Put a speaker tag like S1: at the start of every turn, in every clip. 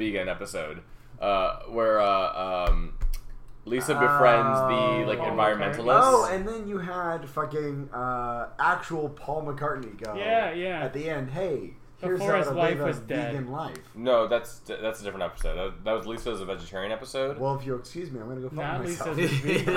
S1: vegan episode uh, where uh, um, Lisa befriends the like
S2: Oh, okay.
S1: environmentalist.
S3: Oh, and then you had fucking uh, actual Paul McCartney go.
S2: Yeah, yeah.
S3: At the end, hey, here's
S2: Before
S3: how
S2: his
S3: to
S2: wife
S3: live
S2: was
S3: a
S2: dead.
S3: vegan life.
S1: no, that's that's a different episode. That, that was Lisa's a vegetarian episode.
S3: Well, if you'll excuse me, I'm gonna go fuck
S2: Not
S3: myself.
S2: Lisa's vegan.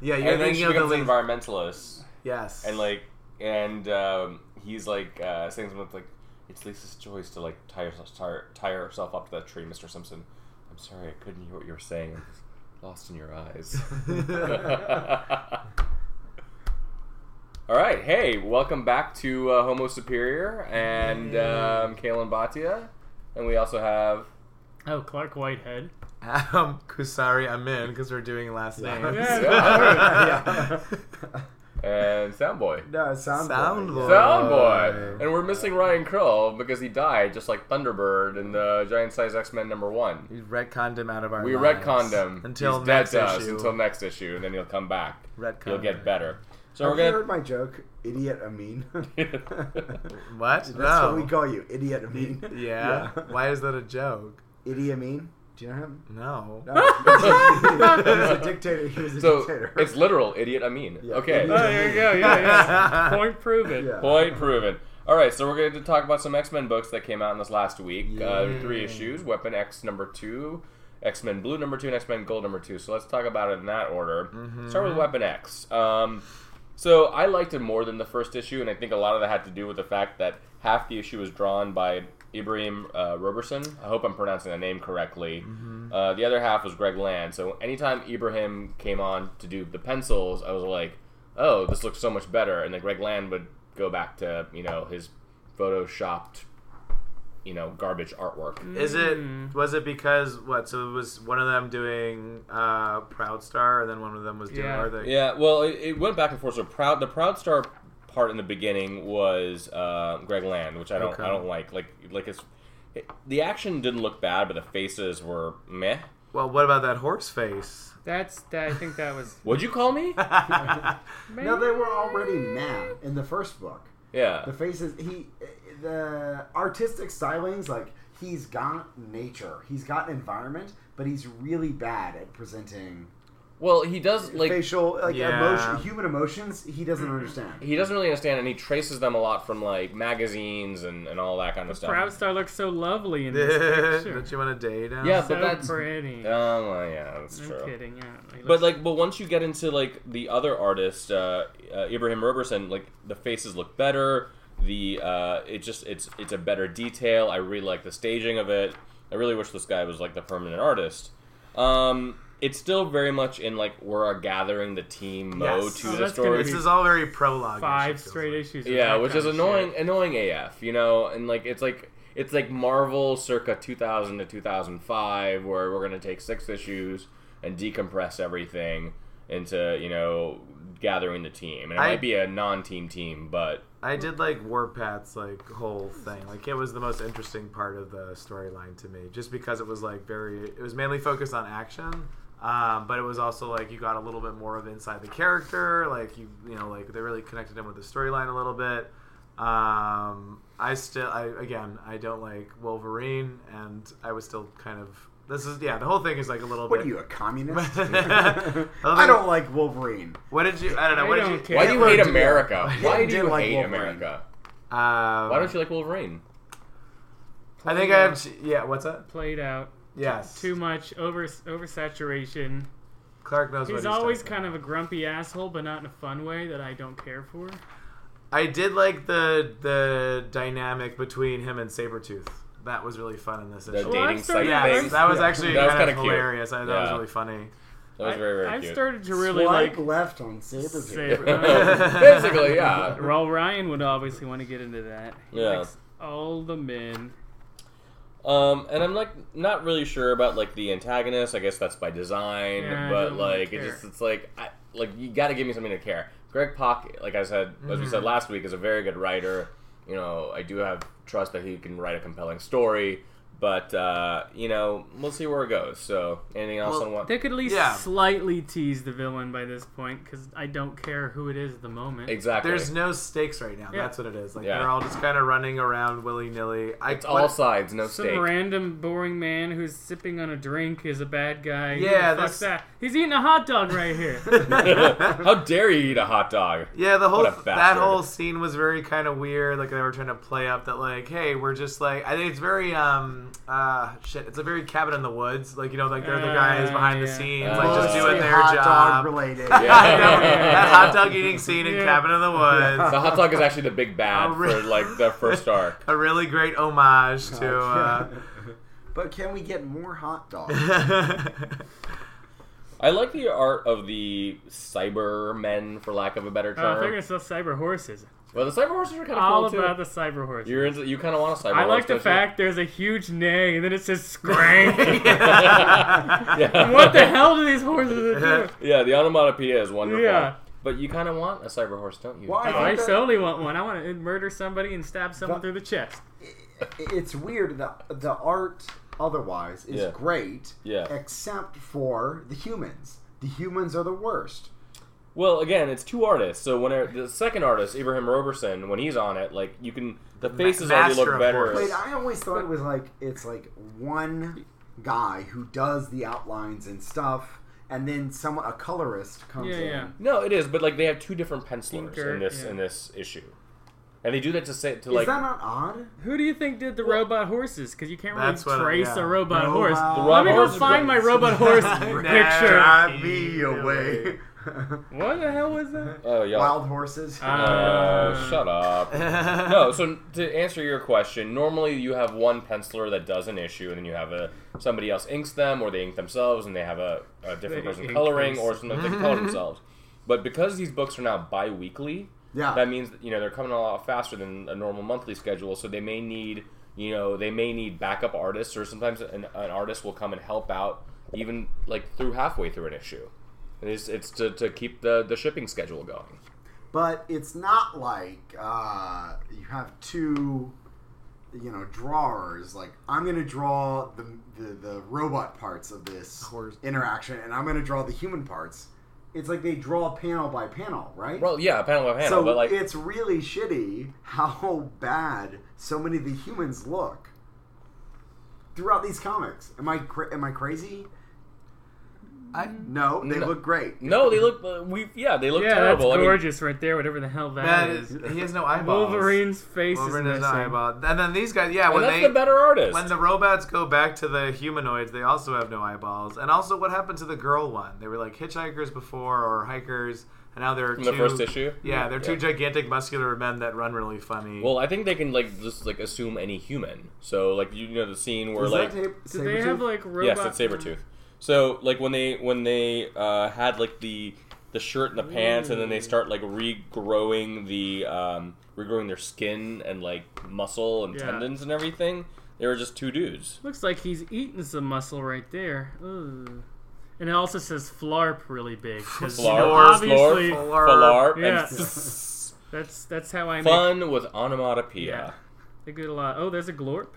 S4: yeah, you're
S1: and then she
S4: thinking of the
S1: becomes an
S4: link.
S1: environmentalist,
S4: Yes.
S1: and like, and um, he's like uh, saying something like, "It's Lisa's choice to like tie herself, tire, tire herself up to that tree, Mister Simpson." I'm sorry, I couldn't hear what you were saying. I was lost in your eyes. All right, hey, welcome back to uh, Homo Superior and um, Kalen Batia, and we also have
S2: Oh, Clark Whitehead.
S4: Adam Kusari, I'm in because we're doing last
S3: Yeah.
S4: names.
S2: Yeah.
S3: Yeah.
S1: and Soundboy.
S3: no, sound
S4: Soundboy.
S1: Soundboy,
S4: Boy.
S1: and we're missing Ryan Krull because he died, just like Thunderbird in the Giant Size X Men number one.
S4: We retconned him out of our.
S1: We
S4: lives.
S1: retconned him
S4: until
S1: He's
S4: next
S1: dead to us
S4: issue.
S1: until next issue, and then he'll come back.
S4: Retconned
S1: He'll
S4: him.
S1: get better. So
S3: Have
S1: we're
S3: you
S1: gonna.
S3: heard my joke, idiot Amin? That's
S4: What? no.
S3: what we call you, idiot Amin.
S4: yeah. Why is that a joke?
S3: Idi Amin? Do you know him?
S4: No.
S3: No, he was a dictator. He was a
S1: So
S3: dictator.
S1: it's literal, idiot Amin.
S3: Yeah.
S1: Okay,
S2: Oh, there you go. Yeah, yeah. Point proven.
S3: Yeah.
S1: point proven. All right, so we're going to talk about some X Men books that came out in this last week. Uh, three issues: Weapon X number two, X Men Blue number two, and X Men Gold number two. So let's talk about it in that order. Start with Weapon X. Um, So I liked it more than the first issue, and I think a lot of that had to do with the fact that half the issue was drawn by Ibrahim uh, Roberson. I hope I'm pronouncing the name correctly. Uh, the other half was Greg Land. So anytime Ibrahim came on to do the pencils, I was like, "Oh, this looks so much better." And then Greg Land would go back to you know his photoshopped, you know, garbage artwork.
S4: Is
S1: Hmm.
S4: it? Was it because what? So it was one of them doing uh, Proud Star, and then one of them was doing.
S2: Yeah.
S4: Are they?
S1: Yeah, well, it, it went back and forth. So proud, the proud star part in the beginning was uh, Greg Land, which I don't, I
S4: Okay.
S1: don't like. Like, like it's it, the action didn't look bad, but the faces were meh.
S4: Well, what about that horse face?
S2: That's that. I think that was.
S1: What'd you call me?
S3: No, they were already mad in the first book.
S1: Yeah,
S3: The faces, he, the artistic stylings, like he's got nature, he's got environment, but he's really bad at presenting
S1: well, he does like
S3: facial, like
S4: Yeah.
S3: emotion, human emotions. He doesn't understand.
S1: he doesn't really understand, and he traces them a lot from like magazines and, and all that kind of stuff.
S2: Proud Star looks so lovely in this picture.
S4: Don't you want to date him?
S1: Yeah,
S2: so
S1: but that's
S2: pretty.
S1: Oh, well, yeah, that's
S2: I'm
S1: true.
S2: kidding. Yeah, he
S1: But
S2: looks-
S1: like, but once you get into like the other artist, uh, uh, Ibrahim Roberson, like the faces look better. The uh, it just it's it's a better detail. I really like the staging of it. I really wish this guy was like the permanent artist. Um, it's still very much in like we're a gathering the team mode
S4: Yes.
S1: to
S4: Oh,
S1: the
S2: that's gonna
S1: story.
S4: This is all very prologue.
S2: five straight issues. of
S1: Yeah,
S2: that
S1: which
S2: kind
S1: is
S2: of
S1: annoying,
S2: shit.
S1: annoying AF, you know, and like it's like it's like Marvel circa 2000 to 2005, where we're gonna take six issues and decompress everything into you know gathering the team, and it
S4: I-
S1: might be a non-team team, but
S4: I did like Warpath's like whole thing. Like it was the most interesting part of the storyline to me, just because it was like very. It was mainly focused on action, um, but it was also like you got a little bit more of inside the character. Like you, you know, like they really connected him with the storyline a little bit. Um, I still, I again, I don't like Wolverine, and I was still kind of. This is yeah. The whole thing is like a little
S3: What
S4: bit.
S3: are you, a communist?
S4: I
S3: I don't like Wolverine.
S4: What did you? I don't know.
S2: I
S4: what
S2: don't
S4: did you?
S2: care.
S1: why do you
S2: Hitler
S1: hate
S2: did-
S1: America? Why
S3: Hitler
S1: do
S3: did
S1: you
S3: like
S1: hate
S3: Wolverine.
S1: America?
S4: Um,
S1: Why don't you like Wolverine?
S4: I think I have. Yeah. What's that?
S2: Played out
S4: Yes.
S2: too much over oversaturation.
S4: Clark knows. what
S2: He's always
S4: talking
S2: kind
S4: about.
S2: of a grumpy asshole, but not in a fun way that I don't care for.
S4: I did like the the dynamic between him and Sabretooth. That was really fun in this issue.
S1: dating
S2: I've started-
S1: site
S2: I've
S4: Yes,
S1: thing.
S4: that was
S3: Yeah.
S4: actually
S1: That was
S4: kind of
S1: kinda cute.
S4: hilarious. I, that was
S1: Yeah.
S4: really funny.
S1: That was very very
S2: I've
S1: cute.
S2: started to really
S3: Swipe
S2: like.
S3: left on Sabretooth.
S2: Saber-
S1: Basically, yeah.
S2: Well, Ryan would obviously want to get into that. He
S1: Yeah.
S2: likes all the men.
S1: Um, and I'm like not really sure about like the antagonist. I guess that's by design,
S2: Yeah, I
S1: but
S2: don't
S1: like
S2: care.
S1: it just it's like I, like you got to give me something to care. Greg Pak, like I said, as we said
S2: Mm-hmm.
S1: last week, is a very good writer. You know, I do have trust that he can write a compelling story, But uh, you know, we'll see where it goes. So, anything else
S4: Well,
S1: on what?
S2: They could at least
S4: Yeah.
S2: slightly tease the villain by this point because I don't care who it is at the moment.
S1: Exactly.
S4: There's no stakes right now.
S2: Yeah.
S4: That's what it is. Like
S1: Yeah.
S4: they're all just kind of running around willy nilly. I
S1: it's all sides, no
S2: Some
S1: stake.
S2: random boring man who's sipping on a drink is a bad guy. Who the
S4: Yeah,
S2: fuck's
S4: that's-
S2: that. He's eating a hot dog right here.
S1: How dare you eat a hot dog?
S4: Yeah, the whole
S1: What a
S4: that
S1: bastard.
S4: whole scene was very kind of weird. Like they were trying to play up that like, hey, we're just like I think it's very um uh shit. It's a very cabin in the woods. Like you know, like they're the guys
S2: Uh,
S4: behind the
S2: yeah.
S4: scenes,
S1: Uh,
S4: like just
S1: Mostly
S4: doing their
S3: Oh, hot
S4: job.
S3: dog related.
S1: Yeah.
S4: I know, that hot dog eating scene in
S2: Yeah.
S4: cabin in the woods.
S1: The hot dog is actually the big bad
S4: Oh, really?
S1: for like the first arc.
S4: A really great homage to. Uh,
S3: Oh, but can we get more hot dogs?
S1: I like the art of the Cybermen, for lack of a better
S2: Uh, if they're
S1: term.
S2: gonna sell cyber horses.
S1: well, the cyber horses are kind
S2: All
S1: of cool
S2: about
S1: too.
S2: the cyber horses.
S1: You're into, you kind of want a cyber.
S2: I like
S1: horse,
S2: the
S1: don't you?
S2: fact there's a huge neigh and then it says scrank.
S1: Yeah.
S2: what the hell do these horses do?
S1: Yeah, the onomatopoeia is wonderful.
S2: Yeah.
S1: But you kind of want a cyber horse, don't you?
S3: Why?
S2: I solely want one. I want to murder somebody and stab someone through the chest.
S3: it's weird. The the art otherwise is
S1: Yeah.
S3: great,
S1: Yeah.
S3: except for the humans. The humans are the worst.
S1: Well, again, it's two artists. So when it- the second artist, Ibrahim Roberson, when he's on it, like you can the faces already
S4: master
S1: look
S4: of
S1: better.
S4: horse.
S3: Wait, I always thought it was like it's like one guy who does the outlines and stuff, and then some a colorist comes
S2: Yeah,
S3: in.
S2: yeah.
S1: no, it is, but like they have two different pencilers
S2: Tinker,
S1: in this
S2: yeah.
S1: in this issue, and they do that to say to
S3: Is
S1: like
S3: that not odd?
S2: Who do you think did the robot horses? Because you can't really
S4: That's what-
S2: trace
S4: yeah.
S2: a robot
S3: Robot-
S2: horse.
S3: The
S2: Let me
S1: robot
S2: go
S1: horse is
S2: find my
S1: great.
S2: robot horse picture.
S4: Nah, be away.
S2: What the hell was that?
S1: oh y'all.
S3: Wild horses.
S1: Uh, shut up. no, so to answer your question, normally you have one penciler that does an issue, and then you have a somebody else inks them, or they ink themselves, and they have a, a different
S2: They
S1: person
S2: ink
S1: coloring,
S2: us.
S1: or sometimes they color themselves. But because these books are now bi-weekly,
S3: Yeah.
S1: that means that, you know they're coming a lot faster than a normal monthly schedule. So they may need you know they may need backup artists, or sometimes an, an artist will come and help out even like through halfway through an issue. And It's, it's to, to keep the, the shipping schedule going.
S3: but it's not like uh, you have two you know drawers like i'm going to draw the, the the robot parts of this
S4: Horse.
S3: interaction and i'm going to draw the human parts it's like they draw panel by panel right
S1: Well, yeah, panel by panel,
S3: so
S1: but like
S3: it's really shitty how bad so many of the humans look throughout these comics am i cra- am i crazy
S4: I,
S3: no they
S1: No.
S3: look great
S1: No, they look. Uh, we yeah, they look
S2: yeah,
S1: terrible.
S2: that's
S1: I mean,
S2: gorgeous right there. Whatever the hell
S4: that
S2: is.
S4: is, he has no eyeballs.
S2: Wolverine's face
S4: Wolverine
S2: is
S4: has no
S2: missing.
S4: eyeball. And then these guys, yeah,
S1: and
S4: when
S1: that's
S4: they
S1: the better artist.
S4: When the robots go back to the humanoids, they also have no eyeballs. And also, what happened to the girl one? They were like hitchhikers before or hikers, and now they're
S1: From
S4: two,
S1: the first issue.
S4: Yeah, they're two
S1: Yeah.
S4: gigantic muscular men that run really funny.
S1: Well, I think they can like just like assume any human. So like you know the scene where
S3: Is
S1: like
S3: that tape,
S2: Did they have like robot?
S1: yes, that's Sabretooth. So like when they when they uh, had like the the shirt and the pants, and then they start like regrowing the um, regrowing their skin and like muscle and
S2: Yeah.
S1: tendons and everything. They were just two dudes.
S2: Looks like he's eating some muscle right there. Ooh. And it also says flarp really big. 'cause, you know,
S1: Flarp,
S2: obviously,
S4: Flarp.
S1: Falar,
S2: Yeah.
S1: and
S2: that's that's how I make.
S1: fun with onomatopoeia.
S2: Yeah. They get a lot. Oh, there's a glorp,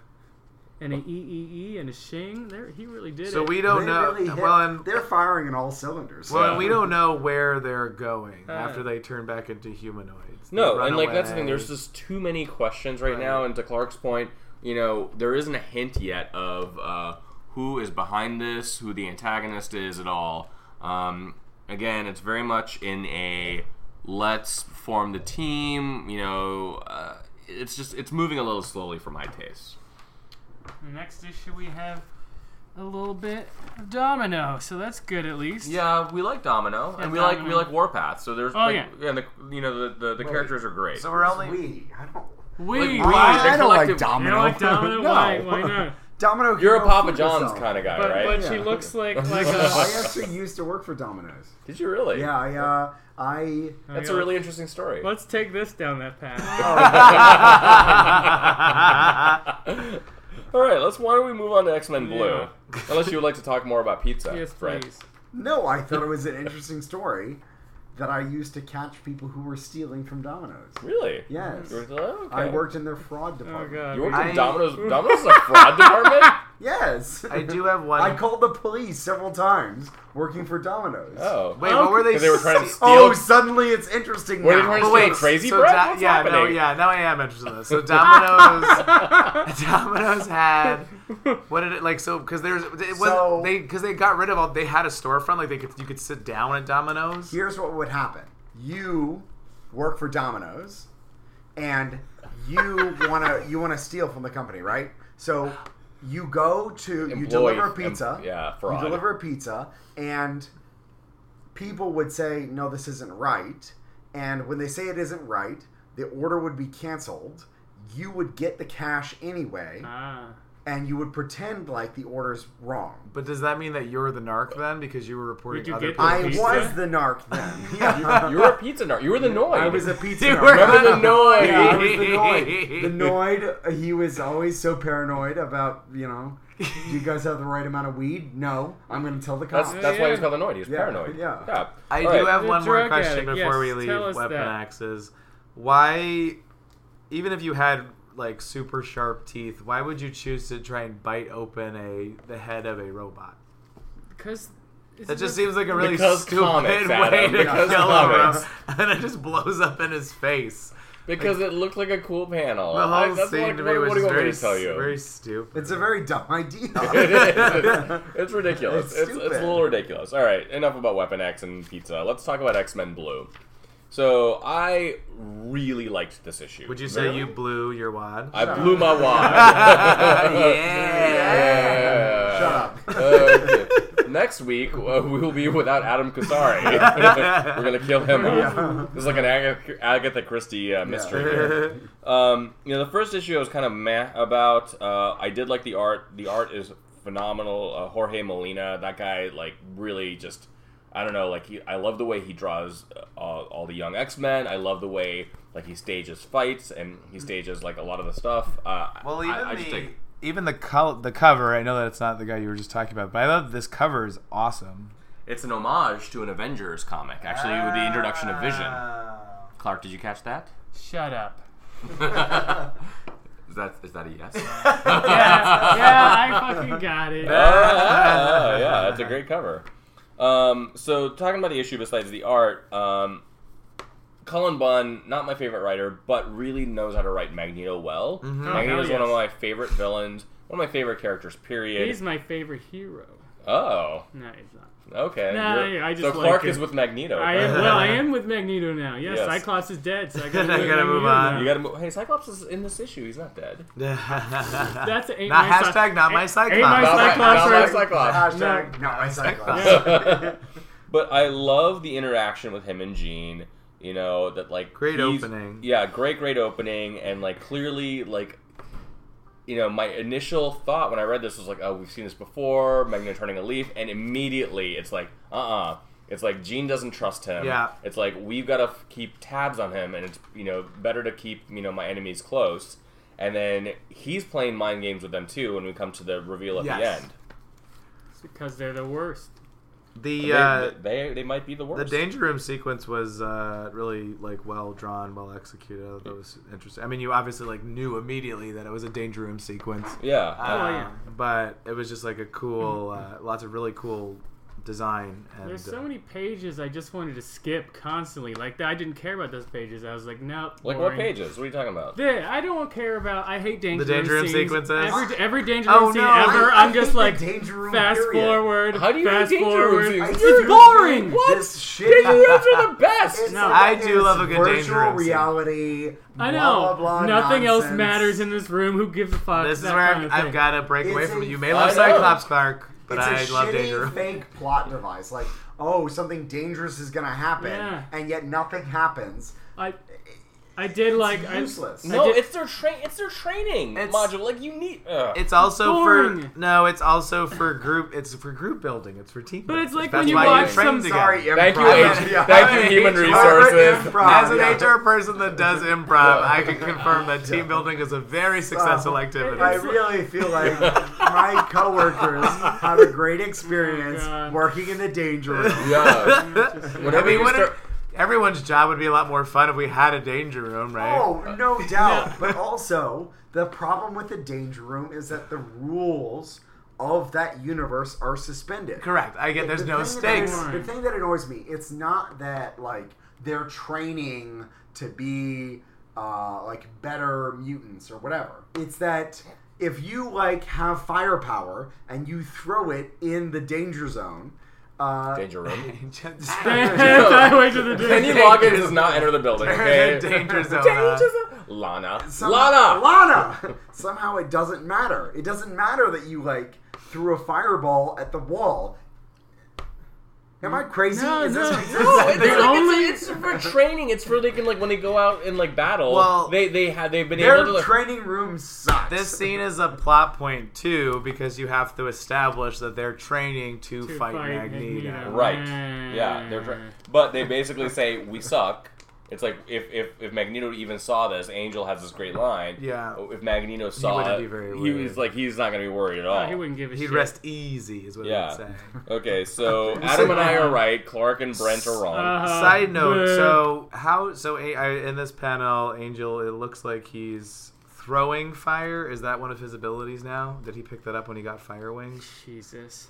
S2: and an e e e, and a shing. There, he really did
S4: so
S2: it.
S4: we
S3: they
S4: don't know.
S3: really hit-
S4: well, and
S3: they're firing in all cylinders
S4: well,
S1: Yeah.
S4: and we don't know where they're going
S2: Uh.
S4: after they turn back into humanoids. They
S1: No,
S4: run
S1: and like that's the
S4: away.
S1: thing. There's just too many questions right, now, and to Clark's point, you know, there isn't a hint yet of uh, who is behind this, who the antagonist is at all. Um, again, it's very much in a let's form the team. You know, uh, it's just it's moving a little slowly for my taste.
S2: The next issue we have a little bit of Domino, so that's good at least.
S1: Yeah, we like Domino, and we like we
S2: Domino.
S1: like Warpath. So there's
S2: Oh,
S1: like,
S2: yeah.
S1: and the, you know the the, the characters are great.
S4: So we're only.
S3: we i don't
S2: We.
S1: Like, we-
S2: why-
S1: they're
S3: I don't like
S1: collective-
S2: You
S3: Domino.
S2: know, like Domino.
S3: No.
S2: Why? Why not?
S3: Domino.
S1: You're a
S3: Hero
S1: Papa
S3: Food
S1: John's
S3: Cell.
S1: kind of guy,
S2: But,
S1: right?
S2: but
S3: Yeah.
S2: she looks like like
S3: I
S2: a.
S3: actually used to work for Domino's.
S1: Did you really?
S3: Yeah, I, uh, I.
S1: That's a really interesting story.
S2: Let's take this down that path.
S1: All right, let's. Why don't we move on to X Men Blue?
S2: Yeah.
S1: Unless you would like to talk more about pizza.
S2: yes,
S1: Right.
S2: please.
S3: No, I thought it was an interesting story. that I used to catch people who were stealing from Domino's.
S1: Really?
S3: Yes.
S1: You worked- oh, okay.
S3: I worked in their fraud
S2: Oh
S3: department.
S2: god.
S1: You worked
S4: I-
S1: in Domino's. Domino's is a fraud department.
S3: Yes.
S4: I do have one.
S3: I called the police several times working for Domino's.
S1: Oh.
S4: Wait, what were they?
S1: 'Cause they were trying to
S4: se-
S1: steal-
S3: Oh, suddenly it's interesting
S1: Were they
S3: now.
S1: trying
S4: But
S1: to
S4: wait,
S1: Crazy
S4: so
S1: Bread?
S4: Dom-
S1: What's
S4: yeah,
S1: happening?
S4: no, yeah, now I am interested in this. So Domino's, Domino's had what did it like? So because there's it was
S3: So-
S4: they because they got rid of all they had a storefront like they could you could sit down at Domino's.
S3: Here's what would happen. You work for Domino's and you want to you want to steal from the company, right? So you go to you
S1: Employee-
S3: deliver a pizza.
S1: em- yeah,
S3: You
S1: fraud.
S3: deliver a pizza and people would say, "No, this isn't right." And when they say it isn't right, the order would be canceled. You would get the cash anyway,
S2: Ah.
S3: and you would pretend like the order's wrong.
S4: But does that mean that you're the narc then because you were reporting
S2: Would you
S4: other
S2: get
S4: people?
S2: the
S3: I
S2: pizza?
S3: was the narc then.
S1: You were a pizza nerd. You were the Noid.
S3: I was a pizza.
S4: You
S3: narc.
S4: were
S1: Remember the Noid?
S3: Yeah, I was the Noid. The Noid, uh, he was always so paranoid about, you know, do you guys have the right amount of weed? No. I'm going to tell the
S1: That's,
S3: cops.
S1: that's why he was called the Noid. He was
S3: Yeah,
S1: paranoid.
S3: yeah.
S4: I
S1: All
S4: do
S1: right.
S4: have one more
S2: drug
S4: question
S2: addict,
S4: before
S2: yes,
S4: we
S2: tell
S4: leave
S2: us
S4: weapon
S2: that.
S4: axes. Why, even if you had like super sharp teeth, why would you choose to try and bite open a the head of a robot?
S2: Because
S4: That just seems like a really
S1: Because
S4: stupid
S1: comics,
S4: way
S1: Adam,
S4: to
S1: because
S4: kill a
S1: comics.
S4: robot, and it just blows up in his face.
S1: Because it looked like a cool panel.
S4: The
S1: I-
S4: whole
S1: that's
S4: scene
S1: what,
S4: to
S1: what-
S4: me
S1: what
S4: was
S1: do you want me
S4: very,
S1: to tell you?
S4: very stupid.
S3: It's a very dumb idea.
S1: it is. It's, it's ridiculous.
S3: It's
S1: It's, it's,
S3: stupid.
S1: a little ridiculous. All right, enough about Weapon X and pizza. Let's talk about X Men Blue. So I really liked this issue.
S4: Would you say you blew your wad?
S1: I blew my wad.
S4: yeah.
S3: Shut up.
S1: Okay. Next week uh, we will be without Adam Kasari. We're gonna kill him.
S3: Yeah.
S1: It's like an Ag- Agatha Christie uh, mystery. here. Um, you know, the first issue I was kind of meh about. Uh, I did like the art. The art is phenomenal. Uh, Jorge Molina, that guy, like, really just, I don't know, like, he, I love the way he draws uh, all, all the young X Men. I love the way, like, he stages fights and he stages, like, a lot of the stuff. Uh,
S4: Well,
S1: I-
S4: even
S1: I,
S4: the
S1: just think,
S4: even the col- the cover. I know that it's not the guy you were just talking about, but I love this cover is awesome.
S1: it's an homage to an Avengers comic, actually, with the introduction of Vision.
S4: Ah.
S3: Ah.
S1: Clark, did you catch that?
S2: Shut up.
S1: is that is that a yes?
S2: Yeah, yeah, I fucking got it.
S1: Ah, yeah, that's a great cover. Um, so talking about the issue besides the art, um, Cullen Bunn, not my favorite writer, but really knows how to write Magneto well. Magneto's
S2: Oh, hell
S1: one of
S2: yes.
S1: my favorite villains, one of my favorite characters. Period.
S2: He's my favorite hero.
S1: oh,
S2: No, he's not.
S1: okay.
S2: Nah,
S1: You're-
S2: I just
S1: so
S2: like
S1: Clark
S2: it.
S1: is with Magneto.
S2: I am, well, I am with Magneto now. Yes,
S1: Yes.
S2: Cyclops is dead, so I gotta,
S4: I
S2: do
S4: gotta move
S2: Magneto
S4: on.
S2: now.
S1: You gotta move. Hey, Cyclops is in this issue. He's not dead.
S2: That's ain't
S4: Not
S2: my Cy-
S4: hashtag, not my
S2: ain't-
S4: Cyclops.
S2: Ain't my
S4: Not
S1: my- not my
S2: Cyclops. right?
S1: Cyclops.
S3: Hashtag no, my Cyclops.
S1: But I love the interaction with him and Jean. You know that like
S4: Great
S1: he's-
S4: opening.
S1: Yeah, great, great opening, and like clearly, like you know, my initial thought when I read this was like, oh, we've seen this before. Magneto turning a leaf, and immediately it's like, uh, uh It's like Jean doesn't trust him.
S4: Yeah.
S1: It's like we've got to f- keep tabs on him, and it's you know better to keep you know my enemies close. And then he's playing mind games with them too. When we come to the reveal at
S4: Yes.
S1: the end,
S2: Because they're the worst.
S4: the
S1: They-
S4: uh,
S1: they, they might be the
S4: the
S1: worst.
S4: danger room sequence was uh, really like well drawn, well executed. I thought That was interesting. I mean, you obviously like knew immediately that it was a danger room sequence.
S1: yeah.
S2: Oh, yeah.
S4: Um, But it was just like a cool, uh, lots of really cool design. And,
S2: There's so
S4: uh,
S2: many pages I just wanted to skip constantly. Like I didn't care about those pages. I was like, nope.
S1: Like what
S2: boring.
S1: pages? What are you talking about?
S2: There, I don't care about. I hate danger.
S4: The danger room
S2: scenes.
S4: sequences?
S2: Every every danger
S4: Oh,
S2: room scene
S4: no.
S3: I-
S2: ever.
S3: I
S2: I'm just
S3: hate the
S2: like
S3: danger room
S2: fast
S3: period.
S2: forward.
S1: How do you
S2: fast
S1: hate danger room
S2: forward?
S1: scenes?
S2: It's boring.
S1: What?
S3: This shit.
S1: are the best.
S3: It's
S2: No.
S3: like-
S4: I do
S3: it's
S4: love a good
S3: virtual
S4: danger room scene.
S3: reality.
S2: I know.
S3: Blah, blah, blah,
S2: Nothing else
S3: nonsense.
S2: matters in this room. Who gives a fuck?
S4: This is
S2: That
S4: where
S2: kind
S4: I've,
S2: of
S4: I've
S2: thing.
S4: got to break
S3: It's
S4: away
S3: a-
S4: from you. You may love
S1: I know.
S4: Cyclops, Clark, but
S3: It's a
S4: I love
S3: shitty
S4: danger room.
S3: fake plot device. Like, oh, something dangerous is gonna happen,
S2: Yeah.
S3: and yet nothing happens.
S2: I, I did like. I-
S3: useless.
S2: I
S1: No,
S2: did-
S1: it's their train. It's their training
S4: It's-
S1: module. Like you need. uh. Ugh.
S4: It's also
S2: boring.
S4: for no. It's also for group. It's for group building. It's for team.
S2: But it's
S4: building.
S2: like
S4: That's
S2: when you
S4: why
S2: watch
S4: train
S2: some-
S4: together.
S3: Sorry,
S1: Thank you,
S3: improv.
S1: H-
S3: Yeah.
S1: thank you, human
S4: Yeah.
S1: resources.
S3: Yeah.
S4: As an
S3: Yeah.
S4: HR person that does improv, I can confirm that team building is a very successful activity.
S3: I really feel like my coworkers have a great experience
S2: Oh, God.
S3: working in the danger room.
S1: Yeah.
S4: I
S1: Whenever
S4: mean,
S1: you
S4: when
S1: start,
S4: everyone's job would be a lot more fun if we had a danger room, right?
S3: Oh, no doubt. But also, the problem with the danger room is that the rules of that universe are suspended.
S4: Correct. I get there's
S3: The
S4: no
S3: thing that
S4: stakes.
S3: anno- the thing that annoys me, it's not that like they're training to be uh, like better mutants or whatever. It's that if you like have firepower and you throw it in the danger zone, uh,
S1: Danger room.
S4: Just-
S2: Highway to the
S1: Kenny
S2: danger.
S1: Loggins does not enter the building. Okay.
S4: Danger zone. uh.
S1: Danger zone. Lana. Lana.
S3: Lana! Somehow it doesn't matter. It doesn't matter that you like threw a fireball at the wall. Am I crazy?
S2: No,
S3: Is
S2: no,
S3: this
S2: no,
S1: No, it's,
S2: They're
S1: like,
S2: only-
S1: it's, it's for training. It's for they can like when they go out and like battle.
S4: Well,
S1: they they have they've been able
S3: Their
S1: to. Like,
S3: training room sucks.
S4: This scene is a plot point too because you have to establish that they're training to,
S2: To
S4: fight,
S2: fight
S4: Magneto.
S2: Magneto.
S1: right. Yeah. They're tra- but they basically say we suck. It's like if, if, if Magneto even saw this, Angel has this great line.
S4: Yeah.
S1: If Magneto saw
S4: wouldn't
S1: it,
S4: be very
S1: he
S4: worried.
S1: was like he's not gonna be worried at all.
S2: Oh, he wouldn't give a
S4: He'd
S2: shit.
S4: rest easy, is what
S1: Yeah.
S4: he'd say.
S1: Okay, so Adam and I are right. Clark and Brent are wrong.
S2: Uh,
S4: Side note:
S2: bleh.
S4: So how? So A- I- in this panel, Angel, it looks like he's throwing fire. Is that one of his abilities now? Did he pick that up when he got fire wings?
S2: Jesus.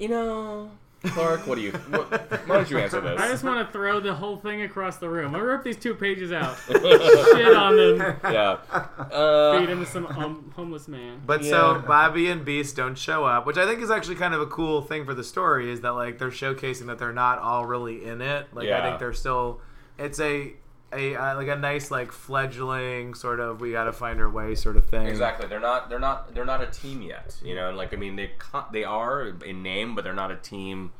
S1: you know, Clark, what do you? What, why don't you answer
S2: I
S1: this?
S2: just want to throw the whole thing across the room. I rip these two pages out. Shit on them.
S1: yeah.
S2: Feed
S1: Uh,
S2: into some um, homeless man.
S4: But
S1: Yeah.
S4: so Bobby and Beast don't show up, which I think is actually kind of a cool thing for the story. Is that like they're showcasing that they're not all really in it. Like I
S1: Yeah.
S4: think they're still. It's a a uh, like a nice like fledgling sort of we got to find our way sort of thing.
S1: exactly. They're not. They're not. They're not a team yet. You know, and like I mean, they co- they are in name, but they're not a team.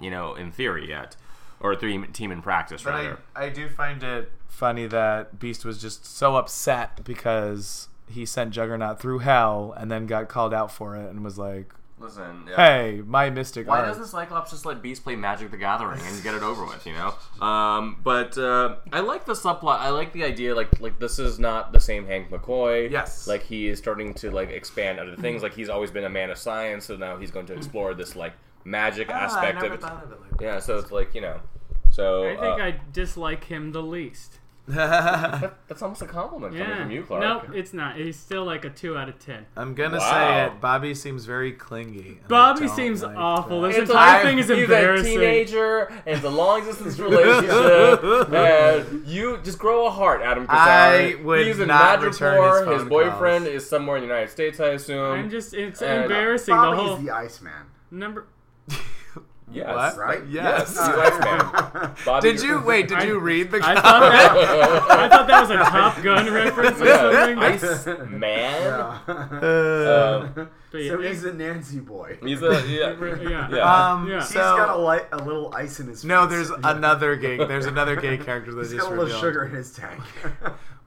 S1: You know, in theory yet, or a three team in practice
S4: But
S1: rather.
S4: I, I do find it funny that Beast was just so upset because he sent Juggernaut through hell and then got called out for it and was like,
S1: Listen. yeah.
S4: "Hey, my mystic
S1: Why
S4: art."
S1: doesn't Cyclops just let Beast play Magic the Gathering and get it over with, you know? Um, but uh, I like the subplot. I like the idea. Like, like this is not the same Hank McCoy.
S4: Yes.
S1: Like he is starting to like expand other things. Like he's always been a man of science, so now he's going to explore this like
S4: Ah,
S1: magic aspect
S3: Ah,
S1: of it.
S4: of it like
S1: Yeah. So it's like you know. So
S2: I think
S1: uh,
S2: I dislike him the least.
S4: that.
S1: that's almost a compliment coming
S2: Yeah.
S1: from you, Clark.
S2: Nope, it's not. He's still like a 2 out of 10.
S4: I'm gonna
S1: Wow.
S4: say it. Bobby seems very clingy. and I
S2: Bobby
S4: don't
S2: seems
S4: like
S2: awful.
S4: that.
S2: This entire
S1: like,
S2: thing is
S1: He's a
S2: embarrassing.
S1: teenager, and it's a long distance relationship. and you just grow a heart, Adam Cassari.
S4: I would
S1: he's in
S4: not return his
S1: Madripoor.
S4: phone
S1: His, boyfriend
S4: calls.
S1: is somewhere in the United States, I assume.
S2: I'm just, it's
S1: Um, And uh,
S2: embarrassing. The
S3: Bobby's
S2: whole
S3: the Iceman.
S2: number.
S1: yes.
S4: What?
S3: right?
S1: Yes.
S4: Yes.
S1: he's Iceman. Bobby-
S4: Did you wait? Did
S2: I-
S4: you read the?
S2: I thought that, I thought that was a Top Gun reference or
S1: Yeah,
S2: something.
S1: Iceman.
S4: Uh,
S1: Um,
S2: But yeah,
S3: so
S2: it-
S3: he's a Nancy boy.
S1: he's a yeah.
S2: yeah.
S1: Yeah.
S4: um,
S2: Yeah.
S4: so
S2: He's
S3: He's got a, li- a little ice in his.
S4: no,
S3: face.
S4: there's another gay. There's another gay character that
S3: He's
S4: just
S3: got a little
S4: revealed.
S3: sugar in his tank.